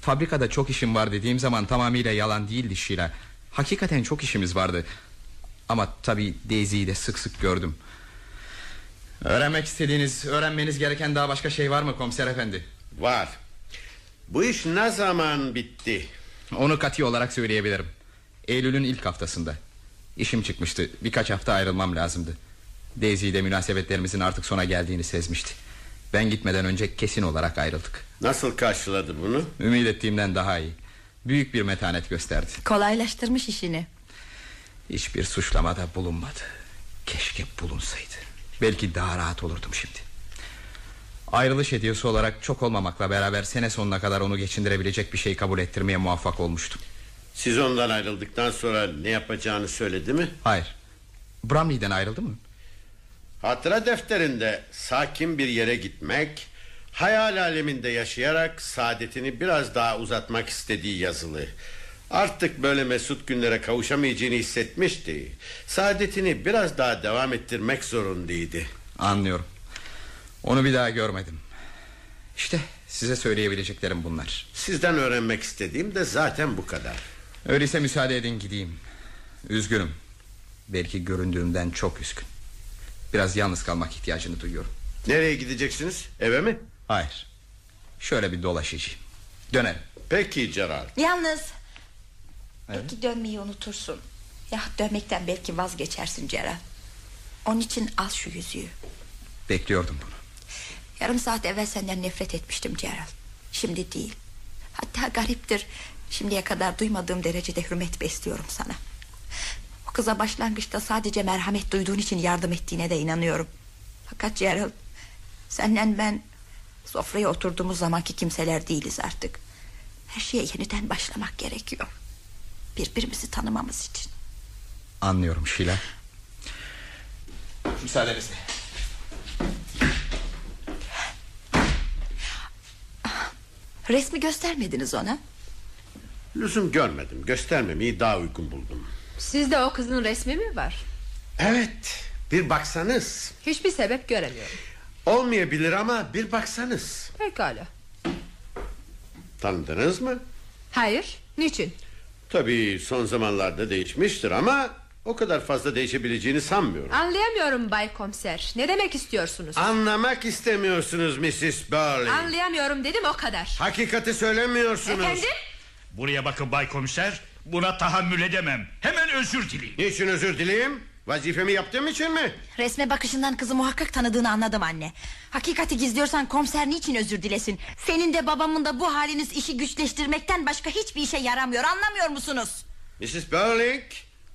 Fabrikada çok işim var dediğim zaman tamamıyla yalan değildi Şila Hakikaten çok işimiz vardı Ama tabi Daisy'yi de sık sık gördüm Öğrenmek istediğiniz Öğrenmeniz gereken daha başka şey var mı komiser efendi
Var. Bu iş ne zaman bitti?
Onu katı olarak söyleyebilirim Eylül'ün ilk haftasında İşim çıkmıştı birkaç hafta ayrılmam lazımdı Daisy de münasebetlerimizin artık sona geldiğini sezmişti Ben gitmeden önce kesin olarak ayrıldık
Nasıl karşıladı bunu?
Ümit ettiğimden daha iyi Büyük bir metanet gösterdi
Kolaylaştırmış işini.
Hiçbir suçlamada bulunmadı. Keşke bulunsaydı. Belki daha rahat olurdum şimdi. Ayrılış hediyesi olarak çok olmamakla beraber sene sonuna kadar onu geçindirebilecek bir şey kabul ettirmeye muvaffak olmuştum.
Siz ondan ayrıldıktan sonra ne yapacağını söyledi mi?
Hayır. Bramley'den ayrıldı mı?
Hatıra defterinde sakin bir yere gitmek, hayal aleminde yaşayarak saadetini biraz daha uzatmak istediği yazılı. Artık böyle mesut günlere kavuşamayacağını hissetmişti. Saadetini biraz daha devam ettirmek zorundaydı.
Anlıyorum. Onu bir daha görmedim. İşte size söyleyebileceklerim bunlar.
Sizden öğrenmek istediğim de zaten bu kadar.
Öyleyse müsaade edin gideyim. Üzgünüm. Belki göründüğümden çok üzgün. Biraz yalnız kalmak ihtiyacını duyuyorum.
Nereye gideceksiniz? Eve mi?
Hayır. Şöyle bir dolaşacağım. Dönerim.
Peki Gerard.
Yalnız belki dönmeyi unutursun. Ya dönmekten belki vazgeçersin Gerald. Onun için al şu yüzüğü.
Bekliyordum bunu.
Yarım saat evvel senden nefret etmiştim Gerald. Şimdi değil. Hatta gariptir. Şimdiye kadar duymadığım derecede hürmet besliyorum sana. O kıza başlangıçta sadece merhamet duyduğun için yardım ettiğine de inanıyorum. Fakat Gerald, senden ben sofraya oturduğumuz zamanki kimseler değiliz artık. Her şeye yeniden başlamak gerekiyor. Birbirimizi tanımamız için.
Anlıyorum Şila. Müsaadenizle.
Resmi göstermediniz ona.
Lüzum görmedim göstermemeyi daha uygun buldum
Sizde o kızın resmi mi var?
Evet bir baksanız
Hiçbir sebep göremiyorum.
Olmayabilir ama bir baksanız
Pekala.
Tanıdınız mı?
Hayır. Niçin?
Tabii son zamanlarda değişmiştir ama O kadar fazla değişebileceğini sanmıyorum
Anlayamıyorum Bay Komiser. Ne demek istiyorsunuz?
Anlamak istemiyorsunuz Mrs. Burley
Anlayamıyorum dedim o kadar.
Hakikati söylemiyorsunuz
Efendim?
Buraya bakın bay komiser Buna tahammül edemem Hemen özür dileyim
Niçin özür dileyim? Vazifemi yaptığım için mi?
Resme bakışından kızı muhakkak tanıdığını anladım anne. Hakikati gizliyorsan komiser niçin özür dilesin? Senin de babamın da bu haliniz işi güçleştirmekten başka hiçbir işe yaramıyor anlamıyor musunuz?
Mrs. Burling,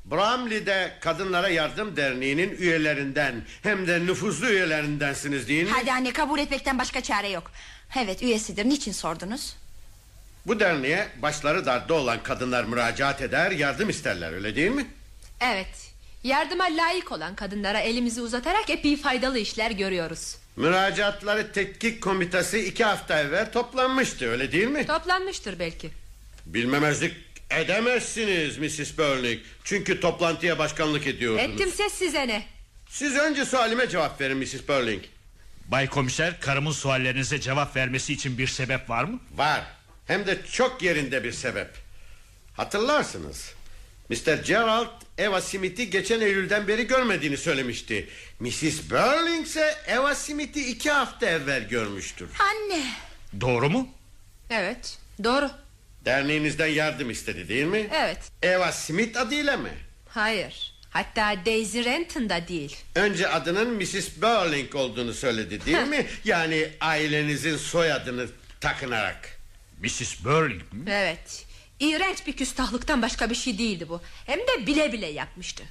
Bramley'de Kadınlara Yardım Derneği'nin üyelerinden hem de nüfuzlu üyelerindensiniz değil mi?
Hadi anne kabul etmekten başka çare yok. Evet üyesidir niçin sordunuz?
Bu derneğe başları darda olan kadınlar müracaat eder, yardım isterler öyle değil mi?
Evet. Yardıma layık olan kadınlara elimizi uzatarak epey faydalı işler görüyoruz.
Müracaatları Tetkik Komitesi iki hafta evvel toplanmıştı öyle değil mi?
Toplanmıştır belki.
Bilmemezlik edemezsiniz Mrs. Burling. Çünkü toplantıya başkanlık ediyordunuz.
Ettimse size ne?
Siz önce sualime cevap verin Mrs. Burling.
Bay komiser karımın suallerinize cevap vermesi için bir sebep var mı?
Var. Hem de çok yerinde bir sebep. Hatırlarsınız. Mr. Gerald Eva Smith'i geçen Eylül'den beri görmediğini söylemişti. Mrs. Burling ise Eva Smith'i iki hafta evvel görmüştür.
Anne
Doğru mu?
Evet. Doğru.
Derneğinizden yardım istedi değil mi?
Evet.
Eva Smith adıyla mı?
Hayır. Hatta Daisy Renton da değil.
Önce adının Mrs. Burling olduğunu söyledi değil mi? Yani ailenizin soyadını takınarak.
Mrs. Burling mi?
Evet. İğrenç bir küstahlıktan başka bir şey değildi bu. Hem de bile bile yapmıştı.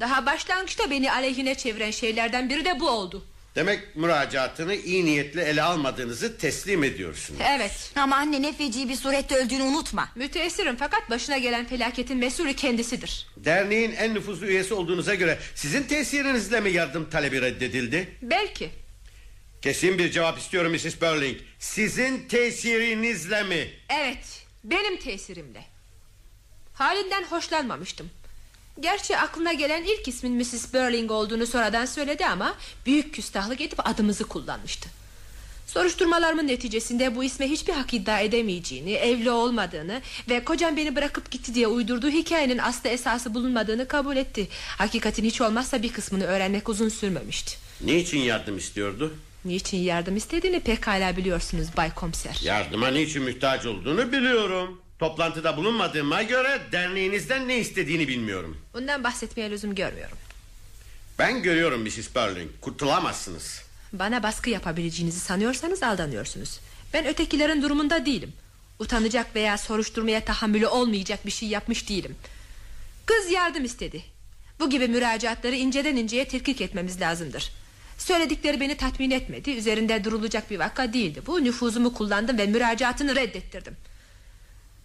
Daha başlangıçta beni aleyhine çeviren şeylerden biri de bu oldu.
Demek müracaatını iyi niyetle ele almadığınızı teslim ediyorsunuz.
Evet.
ama anne ne feci bir surette öldüğünü unutma.
Müteessirim fakat başına gelen felaketin mesulü kendisidir.
Derneğin en nüfuzlu üyesi olduğunuza göre sizin tesirinizle mi yardım talebi reddedildi?
Belki.
Kesin bir cevap istiyorum Mrs. Burling. Sizin tesirinizle mi?
Evet. Benim tesirimle. Halinden hoşlanmamıştım. Gerçi aklına gelen ilk ismin Mrs. Burling olduğunu sonradan söyledi ama büyük küstahlık edip adımızı kullanmıştı. Soruşturmalarımın neticesinde bu isme hiçbir hak iddia edemeyeceğini, evli olmadığını ve kocam beni bırakıp gitti diye uydurduğu hikayenin aslı esası bulunmadığını kabul etti. Hakikatin hiç olmazsa bir kısmını öğrenmek uzun sürmemişti.
Niçin yardım istiyordu?
Niçin yardım istediğini pekala biliyorsunuz Bay Komiser.
Yardıma niçin mühtaç olduğunu biliyorum. Toplantıda bulunmadığıma göre derneğinizden ne istediğini bilmiyorum.
Bundan bahsetmeye lüzum görmüyorum.
Ben görüyorum Mrs. Burling. Kurtulamazsınız.
Bana baskı yapabileceğinizi sanıyorsanız aldanıyorsunuz. Ben ötekilerin durumunda değilim. Utanacak veya soruşturmaya tahammülü olmayacak bir şey yapmış değilim. Kız yardım istedi. Bu gibi müracaatları inceden inceye tetkik etmemiz lazımdır. Söyledikleri beni tatmin etmedi. Üzerinde durulacak bir vaka değildi. Bu nüfuzumu kullandım ve müracaatını reddettirdim.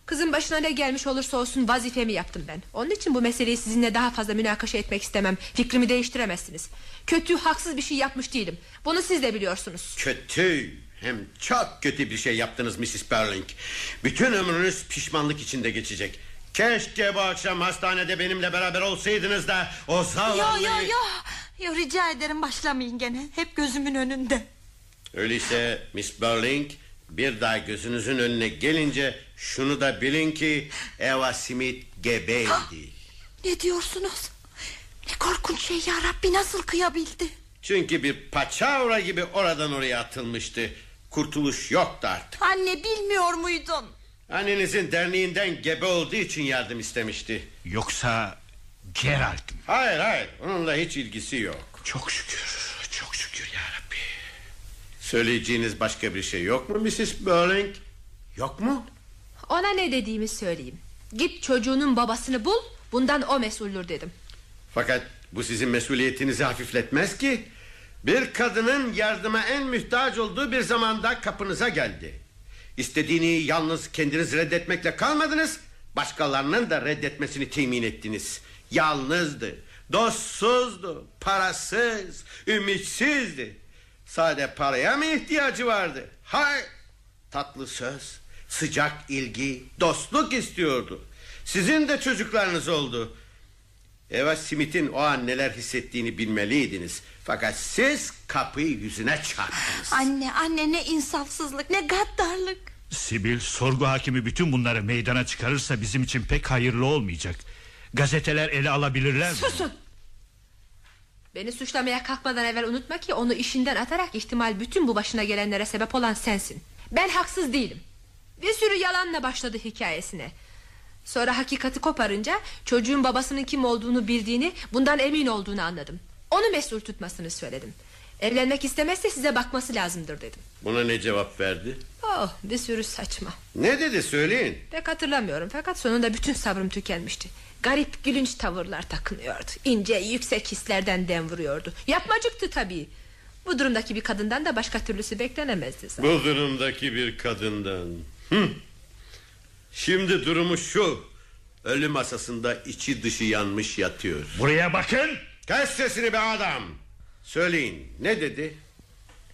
Kızın başına ne gelmiş olursa olsun vazifemi yaptım ben. Onun için bu meseleyi sizinle daha fazla münakaşa etmek istemem. Fikrimi değiştiremezsiniz. Kötü, haksız bir şey yapmış değilim. Bunu siz de biliyorsunuz.
Kötü hem çok kötü bir şey yaptınız Mrs. Burling. Bütün ömrünüz pişmanlık içinde geçecek. Keşke bu akşam hastanede benimle beraber olsaydınız da o
Yo
zavallı...
yo yo. Yo rica ederim başlamayın gene. Hep gözümün önünde.
Öyleyse Miss Burling bir daha gözünüzün önüne gelince şunu da bilin ki Eva Smith gebeydi.
Ne diyorsunuz? Ne korkunç şey ya Rabbi nasıl kıyabildi?
Çünkü bir paçavra gibi oradan oraya atılmıştı. Kurtuluş yoktu artık.
Anne bilmiyor muydun?
Annenizin derneğinden gebe olduğu için yardım istemişti.
Yoksa Geralt mı?
Hayır hayır onunla hiç ilgisi yok.
Çok şükür çok şükür ya Rabbi.
Söyleyeceğiniz başka bir şey yok mu Mrs. Burling? Yok mu?
Ona ne dediğimi söyleyeyim Git çocuğunun babasını bul Bundan o mesuldür dedim
Fakat bu sizin mesuliyetinizi hafifletmez ki. Bir kadının yardıma en mühtaç olduğu bir zamanda kapınıza geldi. İstediğini yalnız kendiniz reddetmekle kalmadınız. Başkalarının da reddetmesini temin ettiniz. Yalnızdı, dostsuzdu, parasız, ümitsizdi. Sade paraya mı ihtiyacı vardı? Hay! Tatlı söz, sıcak ilgi, dostluk istiyordu. Sizin de çocuklarınız oldu. Eva Smith'in o an neler hissettiğini bilmeliydiniz. Fakat siz kapıyı yüzüne çarptınız.
Anne anne ne insafsızlık ne gaddarlık.
Sibil sorgu hakimi bütün bunları meydana çıkarırsa bizim için pek hayırlı olmayacak. Gazeteler ele alabilirler mi?
Susun Beni suçlamaya kalkmadan evvel unutma ki Onu işinden atarak ihtimal bütün bu başına gelenlere sebep olan sensin Ben haksız değilim Bir sürü yalanla başladı hikayesine Sonra hakikati koparınca çocuğun babasının kim olduğunu bildiğini bundan emin olduğunu anladım. Onu mesul tutmasını söyledim. Evlenmek istemezse size bakması lazımdır dedim.
Buna ne cevap verdi?
Oh bir sürü saçma.
Ne dedi söyleyin.
Pek hatırlamıyorum fakat sonunda bütün sabrım tükenmişti. Garip gülünç tavırlar takınıyordu. İnce yüksek hislerden dem vuruyordu. Yapmacıktı tabii. Bu durumdaki bir kadından da başka türlüsü beklenemezdi zaten.
Bu durumdaki bir kadından. Hı. Şimdi durumu şu. Ölü masasında içi dışı yanmış yatıyor.
Buraya bakın.
Kes sesini be adam. Söyleyin ne dedi?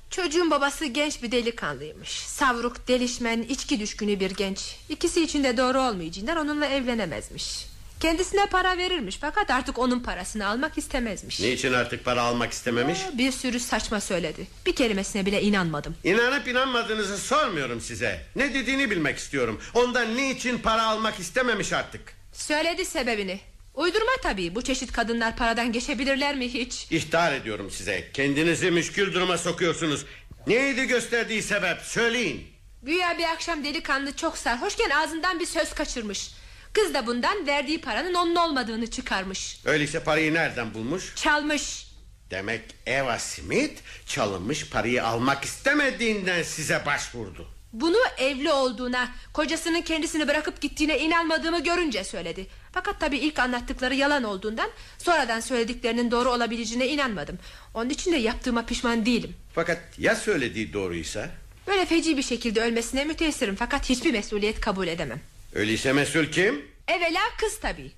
Çocuğun babası genç bir delikanlıymış. Savruk, delişmen, içki düşkünü bir genç. İkisi için de doğru olmayacağından onunla evlenemezmiş. Kendisine para verirmiş fakat artık onun parasını almak istemezmiş.
Niçin artık para almak istememiş?
Bir sürü saçma söyledi. Bir kelimesine bile inanmadım.
İnanıp inanmadığınızı sormuyorum size. Ne dediğini bilmek istiyorum. Ondan niçin para almak istememiş artık?
Söyledi sebebini. Uydurma tabii. Bu çeşit kadınlar paradan geçebilirler mi hiç?
İhtar ediyorum size. Kendinizi müşkül duruma sokuyorsunuz. Neydi gösterdiği sebep? Söyleyin.
Güya bir akşam delikanlı çok sarhoşken ağzından bir söz kaçırmış. Kız da bundan verdiği paranın onun olmadığını çıkarmış.
Öyleyse parayı nereden bulmuş?
Çalmış.
Demek Eva Smith çalınmış parayı almak istemediğinden size başvurdu.
Bunu evli olduğuna, kocasının kendisini bırakıp gittiğine inanmadığımı görünce söyledi. Fakat tabii ilk anlattıkları yalan olduğundan sonradan söylediklerinin doğru olabileceğine inanmadım. Onun için de yaptığıma pişman değilim.
Fakat ya söylediği doğruysa?
Böyle feci bir şekilde ölmesine müteessirim fakat hiçbir mesuliyet kabul edemem.
Öyleyse mesul kim?
Evvela kız tabii.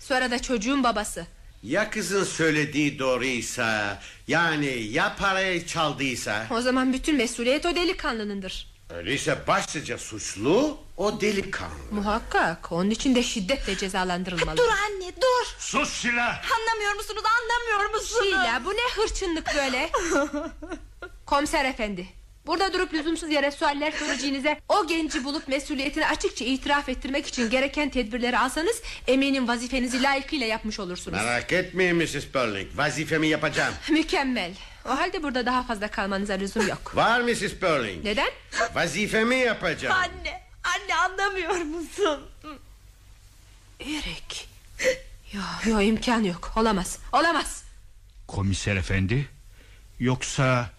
Sonra da çocuğun babası.
Ya kızın söylediği doğruysa? Yani ya parayı çaldıysa?
O zaman bütün mesuliyet o delikanlınındır.
Öyleyse başlıca suçlu o delikanlı.
Muhakkak onun için de şiddetle
Ha,
cezalandırılmalı.
dur anne dur.
Sus Şila.
Anlamıyor musunuz anlamıyor musunuz?
Şila bu ne hırçınlık böyle? Komiser efendi. Burada durup lüzumsuz yere sualler soracağınıza o genci bulup mesuliyetini açıkça itiraf ettirmek için gereken tedbirleri alsanız eminim vazifenizi layıkıyla yapmış olursunuz.
Merak etmeyin Mrs. Burling vazifemi yapacağım
Mükemmel. O halde burada daha fazla kalmanıza lüzum yok.
Var Mrs. Burling
Neden?
Vazifemi yapacağım
Anne anne anlamıyor musun?
Yürek. Yok yok imkan yok. Olamaz. Olamaz.
Komiser efendi. Yoksa...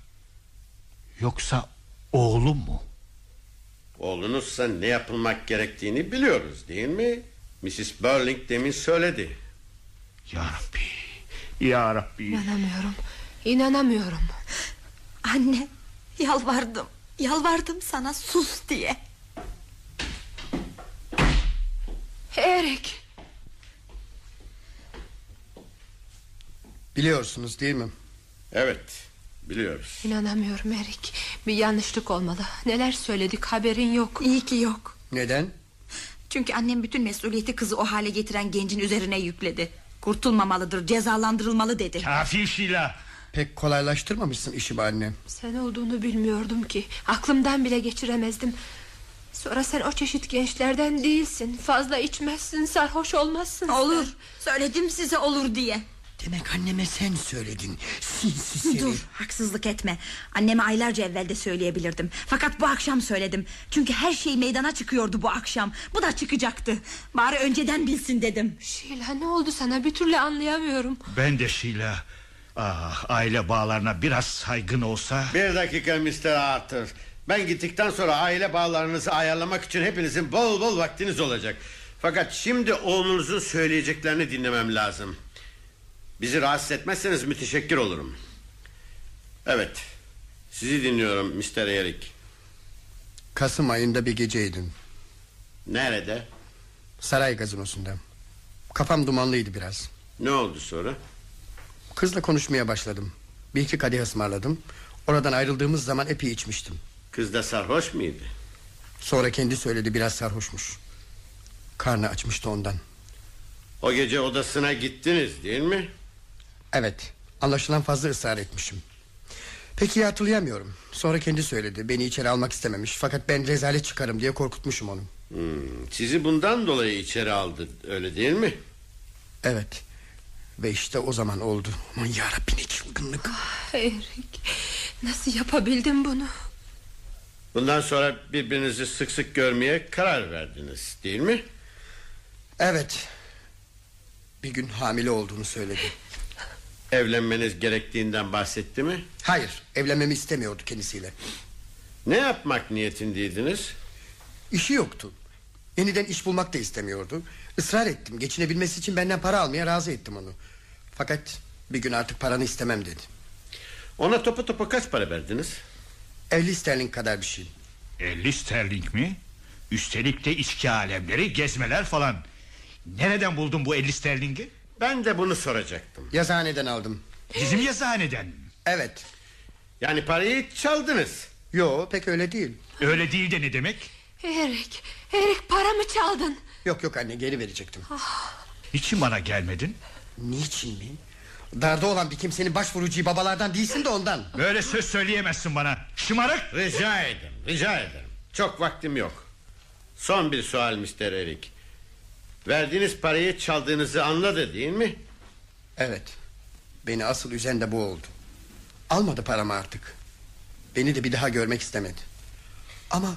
Yoksa oğlum mu?
Oğlunuzsa ne yapılmak gerektiğini biliyoruz değil mi? Mrs. Burling demin söyledi
Yarabbi. Yarabbi.
İnanamıyorum. İnanamıyorum.
Anne yalvardım yalvardım sana sus diye.
Erik.
Biliyorsunuz değil mi?
Evet biliyoruz
İnanamıyorum Erik. Bir yanlışlık olmalı. Neler söyledik haberin yok.
İyi ki yok.
Neden?
Çünkü annem bütün mesuliyeti kızı o hale getiren gencin üzerine yükledi. Kurtulmamalıdır cezalandırılmalı dedi.
Kafi Şila.
Pek kolaylaştırmamışsın işimi anne.
Sen olduğunu bilmiyordum ki. Aklımdan bile geçiremezdim. Sonra sen o çeşit gençlerden değilsin. Fazla içmezsin, sarhoş olmazsın.
Olur söyledim size olur diye.
Demek anneme sen söyledin. Sinsi seni.
Dur haksızlık etme Anneme aylarca evvel de söyleyebilirdim Fakat bu akşam söyledim Çünkü her şey meydana çıkıyordu bu akşam Bu da çıkacaktı Bari önceden bilsin dedim
Şila ne oldu sana bir türlü anlayamıyorum.
Ben de Şila. Ah, aile bağlarına biraz saygın olsa...
Bir dakika Mr. Arthur Ben gittikten sonra aile bağlarınızı ayarlamak için hepinizin bol bol vaktiniz olacak. Fakat şimdi oğlunuzun söyleyeceklerini dinlemem lazım. Bizi rahatsız etmezseniz müteşekkir olurum. Evet. Sizi dinliyorum Mr. Erik.
Kasım ayında bir geceydim.
Nerede?
Saray gazinosunda. Kafam dumanlıydı biraz.
Ne oldu sonra?
Kızla konuşmaya başladım. Bir iki kadeh ısmarladım. Oradan ayrıldığımız zaman epey içmiştim.
Kız da sarhoş muydu?
Sonra kendi söyledi biraz sarhoşmuş. Karnı açmıştı ondan.
O gece odasına gittiniz değil mi?
Evet anlaşılan fazla ısrar etmişim Peki hatırlayamıyorum Sonra kendi söyledi beni içeri almak istememiş Fakat ben rezalet çıkarım diye korkutmuşum onu
Hmm, sizi bundan dolayı içeri aldı öyle değil mi?
Evet Ve işte o zaman oldu Aman yarabbim ne çılgınlık
Ah, Erik nasıl yapabildin bunu?
Bundan sonra birbirinizi sık sık görmeye karar verdiniz değil mi?
Evet Bir gün hamile olduğunu söyledi
Evlenmeniz gerektiğinden bahsetti mi?
Hayır evlenmemi istemiyordu kendisiyle
Ne yapmak niyetindeydiniz?
İşi yoktu Yeniden iş bulmak da istemiyordu Israr ettim geçinebilmesi için benden para almaya razı ettim onu Fakat bir gün artık paranı istemem dedi
Ona topu topu kaç para verdiniz?
50 sterlin kadar bir şey
50 sterling mi? Üstelik de içki alemleri gezmeler falan Nereden buldun bu 50 sterlingi?
Ben de bunu soracaktım.
Yazıhaneden aldım
Bizim yazıhaneden mi?
Evet
Yani parayı çaldınız.
Yo pek öyle değil
Öyle değil de ne demek?
Erik, Erik paramı çaldın.
Yok yok anne geri verecektim
Niçin bana gelmedin?
Niçin mi? Darda olan bir kimsenin başvurucuyu babalardan değilsin de ondan
Böyle söz söyleyemezsin bana Şımarık
Rica ederim, rica ederim. Çok vaktim yok. Son bir sual Mr. Erik. Verdiğiniz parayı çaldığınızı anladı değil mi?
Evet Beni asıl üzen de bu oldu Almadı paramı artık Beni de bir daha görmek istemedi Ama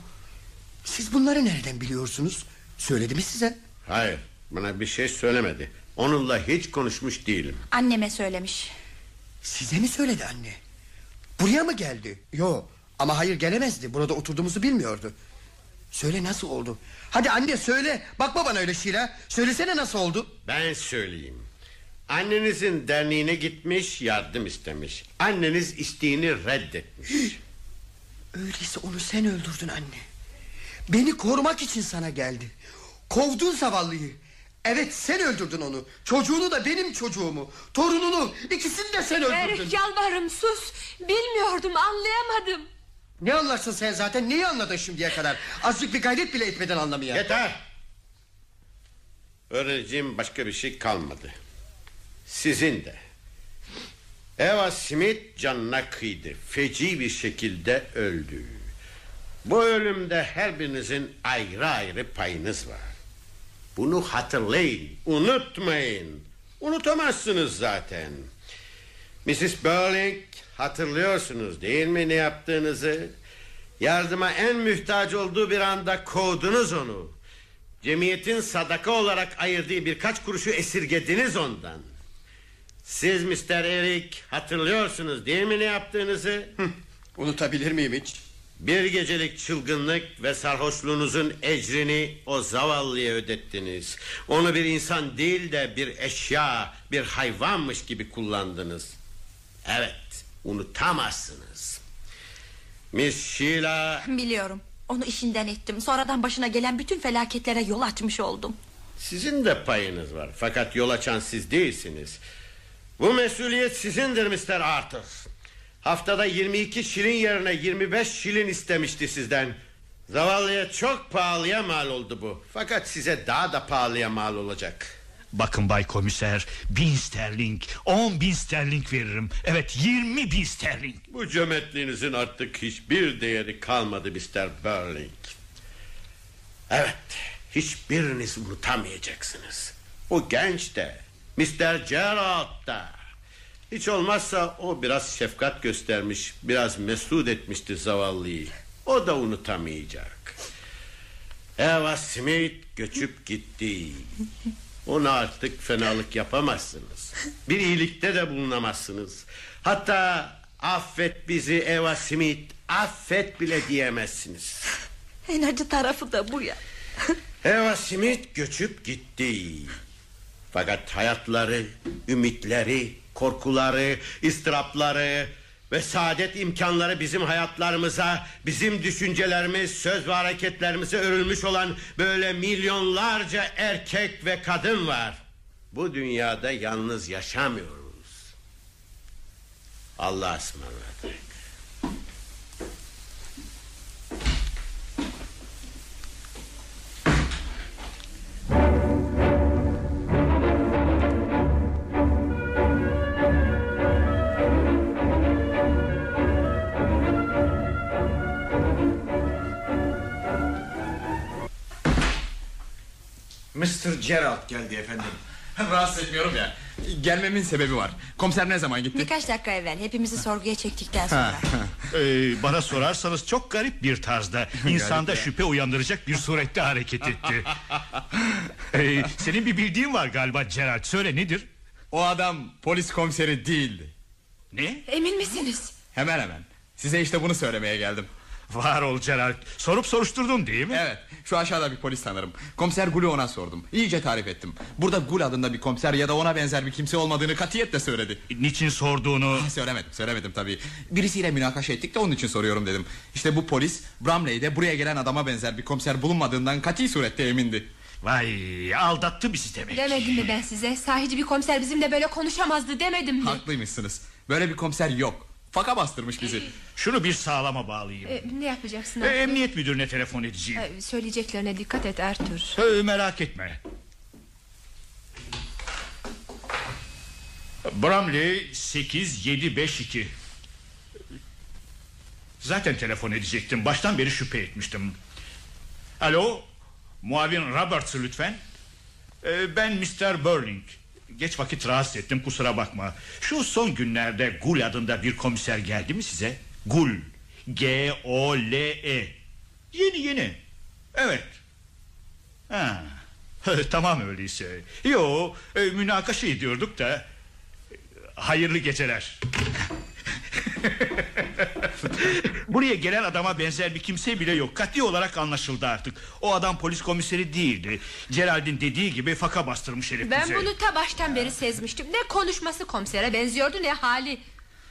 siz bunları nereden biliyorsunuz? Söyledi mi size?
Hayır, bana bir şey söylemedi. Onunla hiç konuşmuş değilim.
Anneme söylemiş.
Size mi söyledi anne? Buraya mı geldi? Yo ama hayır gelemezdi Burada oturduğumuzu bilmiyordu Söyle nasıl oldu? Hadi anne söyle Bakma bana öyle Şila Söylesene nasıl oldu?
Ben söyleyeyim. Annenizin derneğine gitmiş, yardım istemiş. Anneniz isteğini reddetmiş.
Öyleyse onu sen öldürdün anne. Beni korumak için sana geldi. Kovdun zavallıyı. Evet sen öldürdün onu. Çocuğunu da benim çocuğumu. Torununu ikisini de sen öldürdün.
Erik yalvarırım sus. Bilmiyordum anlayamadım.
Ne anlarsın sen zaten neyi anladın şimdiye kadar? Azıcık bir gayret bile etmeden anlamaya.
Yeter! Öğreneceğim başka bir şey kalmadı. Sizin de. Eva Smith canına kıydı. Feci bir şekilde öldü. Bu ölümde her birinizin ayrı ayrı payınız var. Bunu hatırlayın, unutmayın. Unutamazsınız zaten. Mrs. Burling hatırlıyorsunuz değil mi ne yaptığınızı? Yardıma en mühtaç olduğu bir anda kovdunuz onu. Cemiyetin sadaka olarak ayırdığı birkaç kuruşu esirgediniz ondan. Siz Mr. Eric hatırlıyorsunuz değil mi ne yaptığınızı? Hı.
Unutabilir miyim hiç?
Bir gecelik çılgınlık ve sarhoşluğunuzun ecrini o zavallıya ödettiniz. Onu bir insan değil de bir eşya, bir hayvanmış gibi kullandınız. Evet, unutamazsınız. Miss Sheila,
Biliyorum. Onu işinden ettim. Sonradan başına gelen bütün felaketlere yol açmış oldum.
sizin de payınız var. Fakat yol açan siz değilsiniz. Bu mesuliyet sizindir Mr. Arthur. Haftada 22 şilin yerine 25 şilin istemişti sizden. Zavallıya çok pahalıya mal oldu bu. Fakat size daha da pahalıya mal olacak.
Bakın bay komiser Bin sterling On bin sterling veririm Evet 20 bin sterling
Bu cömertliğinizin artık hiçbir değeri kalmadı Mr. Burling. Evet, hiçbiriniz unutamayacaksınız. O genç de, Mr. Gerald da. Hiç olmazsa o biraz şefkat göstermiş, biraz mesut etmişti zavallıyı. O da unutamayacak. Eva Smith göçüp gitti. Ona artık fenalık yapamazsınız. Bir iyilikte de bulunamazsınız. Hatta affet bizi Eva Smith, affet bile diyemezsiniz.
En acı tarafı da bu ya.
Eva Simit göçüp gitti. Fakat hayatları, ümitleri, korkuları, istirapları ve saadet imkanları bizim hayatlarımıza, bizim düşüncelerimiz, söz ve hareketlerimize örülmüş olan böyle milyonlarca erkek ve kadın var. Bu dünyada yalnız yaşamıyoruz. Allah'a ısmarladık.
Mr. Gerald geldi efendim.
Rahatsız etmiyorum ya. Gelmemin sebebi var. Komiser ne zaman gitti?
Birkaç dakika evvel hepimizi sorguya çektikten sonra.
Ee, bana sorarsanız çok garip bir tarzda insanda şüphe uyandıracak bir surette hareket etti. Ee, senin bir bildiğin var galiba Gerald. Söyle nedir?
O adam polis komiseri değildi.
Ne?
Emin misiniz?
Hemen hemen. Size işte bunu söylemeye geldim.
Var ol Gerald. Sorup soruşturdun değil mi?
Evet şu aşağıda bir polis tanırım Komiser Gul'ü ona sordum İyice tarif ettim Burada Gul adında bir komiser ya da ona benzer bir kimse olmadığını katiyetle söyledi
Niçin sorduğunu...
Söylemedim söylemedim tabii Birisiyle münakaşa ettik de onun için soruyorum dedim İşte bu polis Bramley'de buraya gelen adama benzer bir komiser bulunmadığından kati surette emindi
Vay aldattı bizi demek.
Demedim mi ben size? Sahici bir komiser bizimle böyle konuşamazdı demedim mi?
Haklıymışsınız böyle bir komiser yok Faka bastırmış bizi
Şunu bir sağlama bağlayayım.
E, ne yapacaksın
Ee,
Arthur?
emniyet müdürüne telefon edeceğim.
E, söyleyeceklerine dikkat et Arthur.
Ee, merak etme. Bramley 8752. Zaten telefon edecektim. Baştan beri şüphe etmiştim. Alo, muavin Roberts lütfen. Ee, ben Mr. Burling. Geç vakit rahatsız ettim kusura bakma. Şu son günlerde Gul adında bir komiser geldi mi size? Gul. G-O-L-E. E. Yeni yeni. Evet. Ha, tamam öyleyse. Yo, e, münakaşa ediyorduk da. E, Hayırlı geceler. Buraya gelen adama benzer bir kimse bile yok. Katli olarak anlaşıldı artık. O adam polis komiseri değildi. Gerald'in dediği gibi faka bastırmış herif
Ben
bize.
bunu ta baştan beri sezmiştim. Ne konuşması komisere benziyordu ne hali.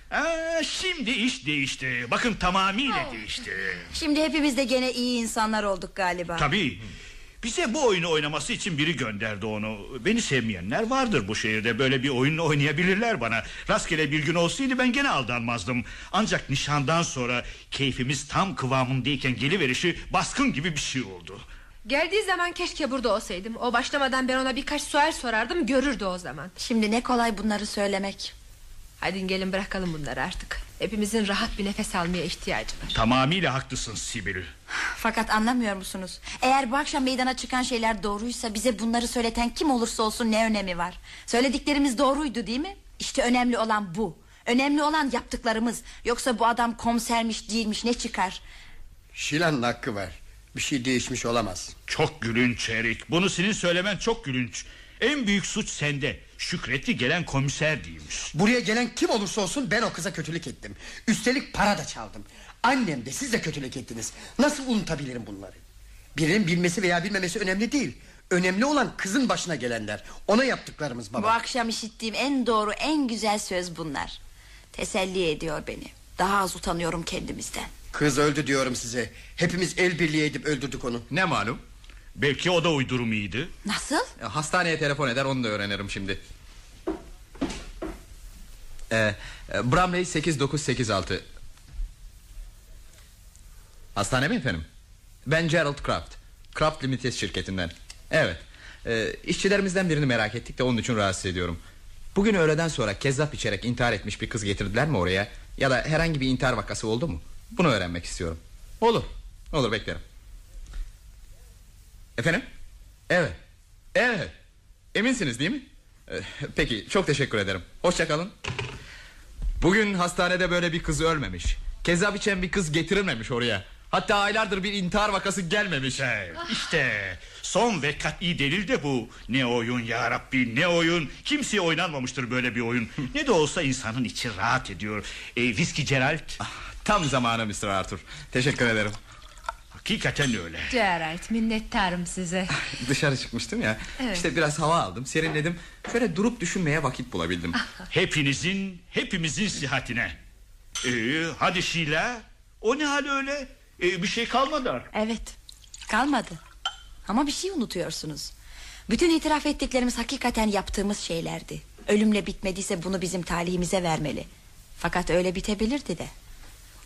Ha, şimdi iş değişti. Bakın tamamıyla değişti.
Şimdi hepimiz de gene iyi insanlar olduk galiba.
Tabii. Bize bu oyunu oynaması için biri gönderdi onu. Beni sevmeyenler vardır bu şehirde. Böyle bir oyun oynayabilirler bana. Rastgele bir gün olsaydı ben gene aldanmazdım. Ancak nişandan sonra keyfimiz tam kıvamındayken geliverişi baskın gibi bir şey oldu.
Geldiği zaman keşke burada olsaydım. O başlamadan ben ona birkaç sual sorardım görürdü o zaman.
Şimdi ne kolay bunları söylemek.
Hadi gelin bırakalım bunları artık. Hepimizin rahat bir nefes almaya ihtiyacı var.
Tamamıyla haklısın Sibil.
Fakat anlamıyor musunuz? Eğer bu akşam meydana çıkan şeyler doğruysa bize bunları söyleten kim olursa olsun ne önemi var? Söylediklerimiz doğruydu değil mi? İşte önemli olan bu. Önemli olan yaptıklarımız. Yoksa bu adam komisermiş değilmiş ne çıkar?
Şilan'ın hakkı var. Bir şey değişmiş olamaz.
Çok gülünç Erik. Bunu senin söylemen çok gülünç. En büyük suç sende. Şükretli gelen komiser değilmiş.
Buraya gelen kim olursa olsun ben o kıza kötülük ettim. Üstelik para da çaldım. Annem de siz de kötülük ettiniz. Nasıl unutabilirim bunları? Birinin bilmesi veya bilmemesi önemli değil. Önemli olan kızın başına gelenler. Ona yaptıklarımız
Bu
baba.
akşam işittiğim en doğru en güzel söz bunlar. Teselli ediyor beni. Daha az utanıyorum kendimizden.
Kız öldü diyorum size. Hepimiz el birliği edip öldürdük onu.
Ne malum
Belki o da uydurum iyiydi.
Nasıl?
E, Hastaneye telefon eder onu da öğrenirim şimdi ee, e, Bramley 8986 Hastane mi efendim? Ben Gerald Kraft Kraft Limited şirketinden Evet e, işçilerimizden birini merak ettik de onun için rahatsız ediyorum Bugün öğleden sonra kezzap içerek intihar etmiş bir kız getirdiler mi oraya? Ya da herhangi bir intihar vakası oldu mu? Bunu öğrenmek istiyorum Olur olur beklerim Efendim? Evet. Evet. Eminsiniz değil mi? Ee, Peki çok teşekkür ederim. Hoşça kalın. Bugün hastanede böyle bir kız ölmemiş. Kezap içen bir kız getirilmemiş oraya. Hatta aylardır bir intihar vakası gelmemiş.
İşte, işte son ve kat'i delil de bu. Ne oyun ya Rabbi, ne oyun. Kimseye oynanmamıştır böyle bir oyun. ne de olsa insanın içi rahat ediyor. E, Viski Geralt,
Ah, Tam zamanı Mr. Arthur. Teşekkür ederim.
Hakikaten öyle.
Gerald minnettarım size.
Dışarı çıkmıştım ya.
Evet.
İşte biraz hava aldım, serinledim. Şöyle durup düşünmeye vakit bulabildim.
Hepinizin, hepimizin sihatine. Ee, hadi Şila. O ne hal öyle? Ee, bir şey kalmadı artık.
Evet kalmadı Ama bir şey unutuyorsunuz Bütün itiraf ettiklerimiz hakikaten yaptığımız şeylerdi Ölümle bitmediyse bunu bizim talihimize vermeli Fakat öyle bitebilirdi de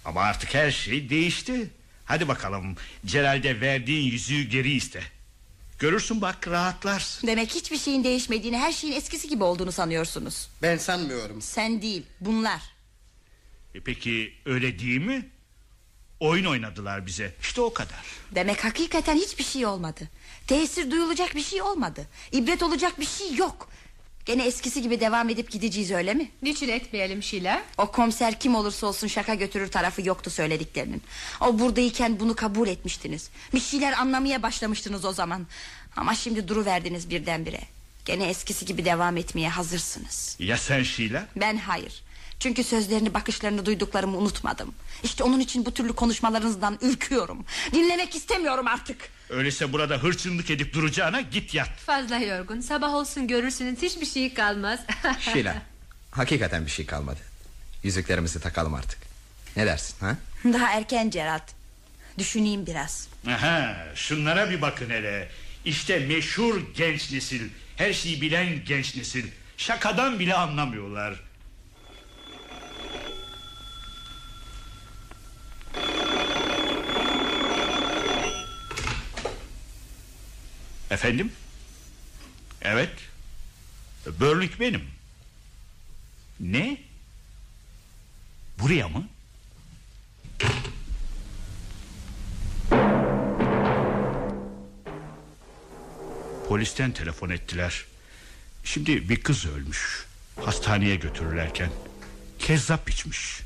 Ama artık her şey değişti. Hadi bakalım Celal'de verdiğin yüzüğü geri iste. Görürsün bak rahatlarsın.
Demek hiçbir şeyin değişmediğini her şeyin eskisi gibi olduğunu sanıyorsunuz
Ben sanmıyorum.
Sen değil bunlar
E peki öyle değil mi? Oyun oynadılar bize. İşte o kadar.
Demek hakikaten hiçbir şey olmadı Tesir duyulacak bir şey olmadı İbret olacak bir şey yok Gene eskisi gibi devam edip gideceğiz öyle mi?
Niçin etmeyelim Şila?
O komiser kim olursa olsun şaka götürür tarafı yoktu söylediklerinin. O buradayken bunu kabul etmiştiniz. Bir şeyler anlamaya başlamıştınız o zaman. Ama şimdi duru verdiniz birdenbire. Gene eskisi gibi devam etmeye hazırsınız.
Ya sen Şila?
Ben hayır. Çünkü sözlerini bakışlarını duyduklarımı unutmadım. İşte onun için bu türlü konuşmalarınızdan ürküyorum. Dinlemek istemiyorum artık.
Öyleyse burada hırçınlık edip duracağına git yat.
Fazla yorgun. Sabah olsun görürsünüz hiçbir şey kalmaz.
Şila, hakikaten bir şey kalmadı. Yüzüklerimizi takalım artık. Ne dersin ha?
Daha erken Cerat. Düşüneyim biraz.
Aha, şunlara bir bakın hele. İşte meşhur genç nesil. Her şeyi bilen genç nesil. Şakadan bile anlamıyorlar. Efendim? Evet. Börlük benim. Ne? Buraya mı? Polisten telefon ettiler. Şimdi bir kız ölmüş. Hastaneye götürürlerken. Kezzap içmiş.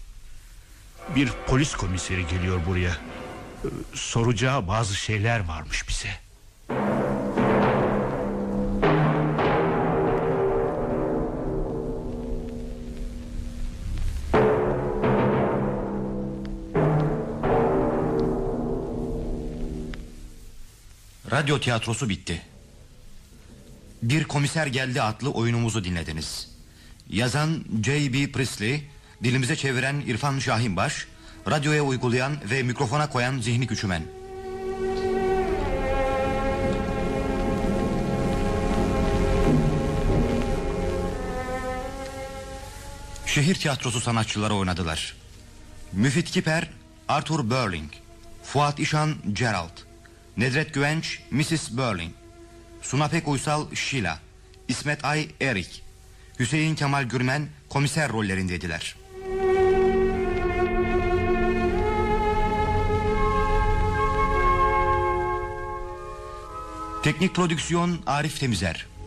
Bir polis komiseri geliyor buraya. Ee, Soracağı bazı şeyler varmış bize.
Radyo tiyatrosu bitti. Bir Komiser Geldi adlı oyunumuzu dinlediniz. Yazan J.B. Priestley, dilimize çeviren İrfan Şahinbaş, radyoya uygulayan ve mikrofona koyan Zihni Küçümen. Şehir tiyatrosu sanatçıları oynadılar. Müfit Kiper, Arthur Burling, Fuat İşan, Gerald, Nedret Güvenç, Mrs. Burling, Sunapek Uysal, Sheila, İsmet Ay, Erik, Hüseyin Kemal Gürmen komiser rollerindeydiler. Teknik prodüksiyon Arif Temizer.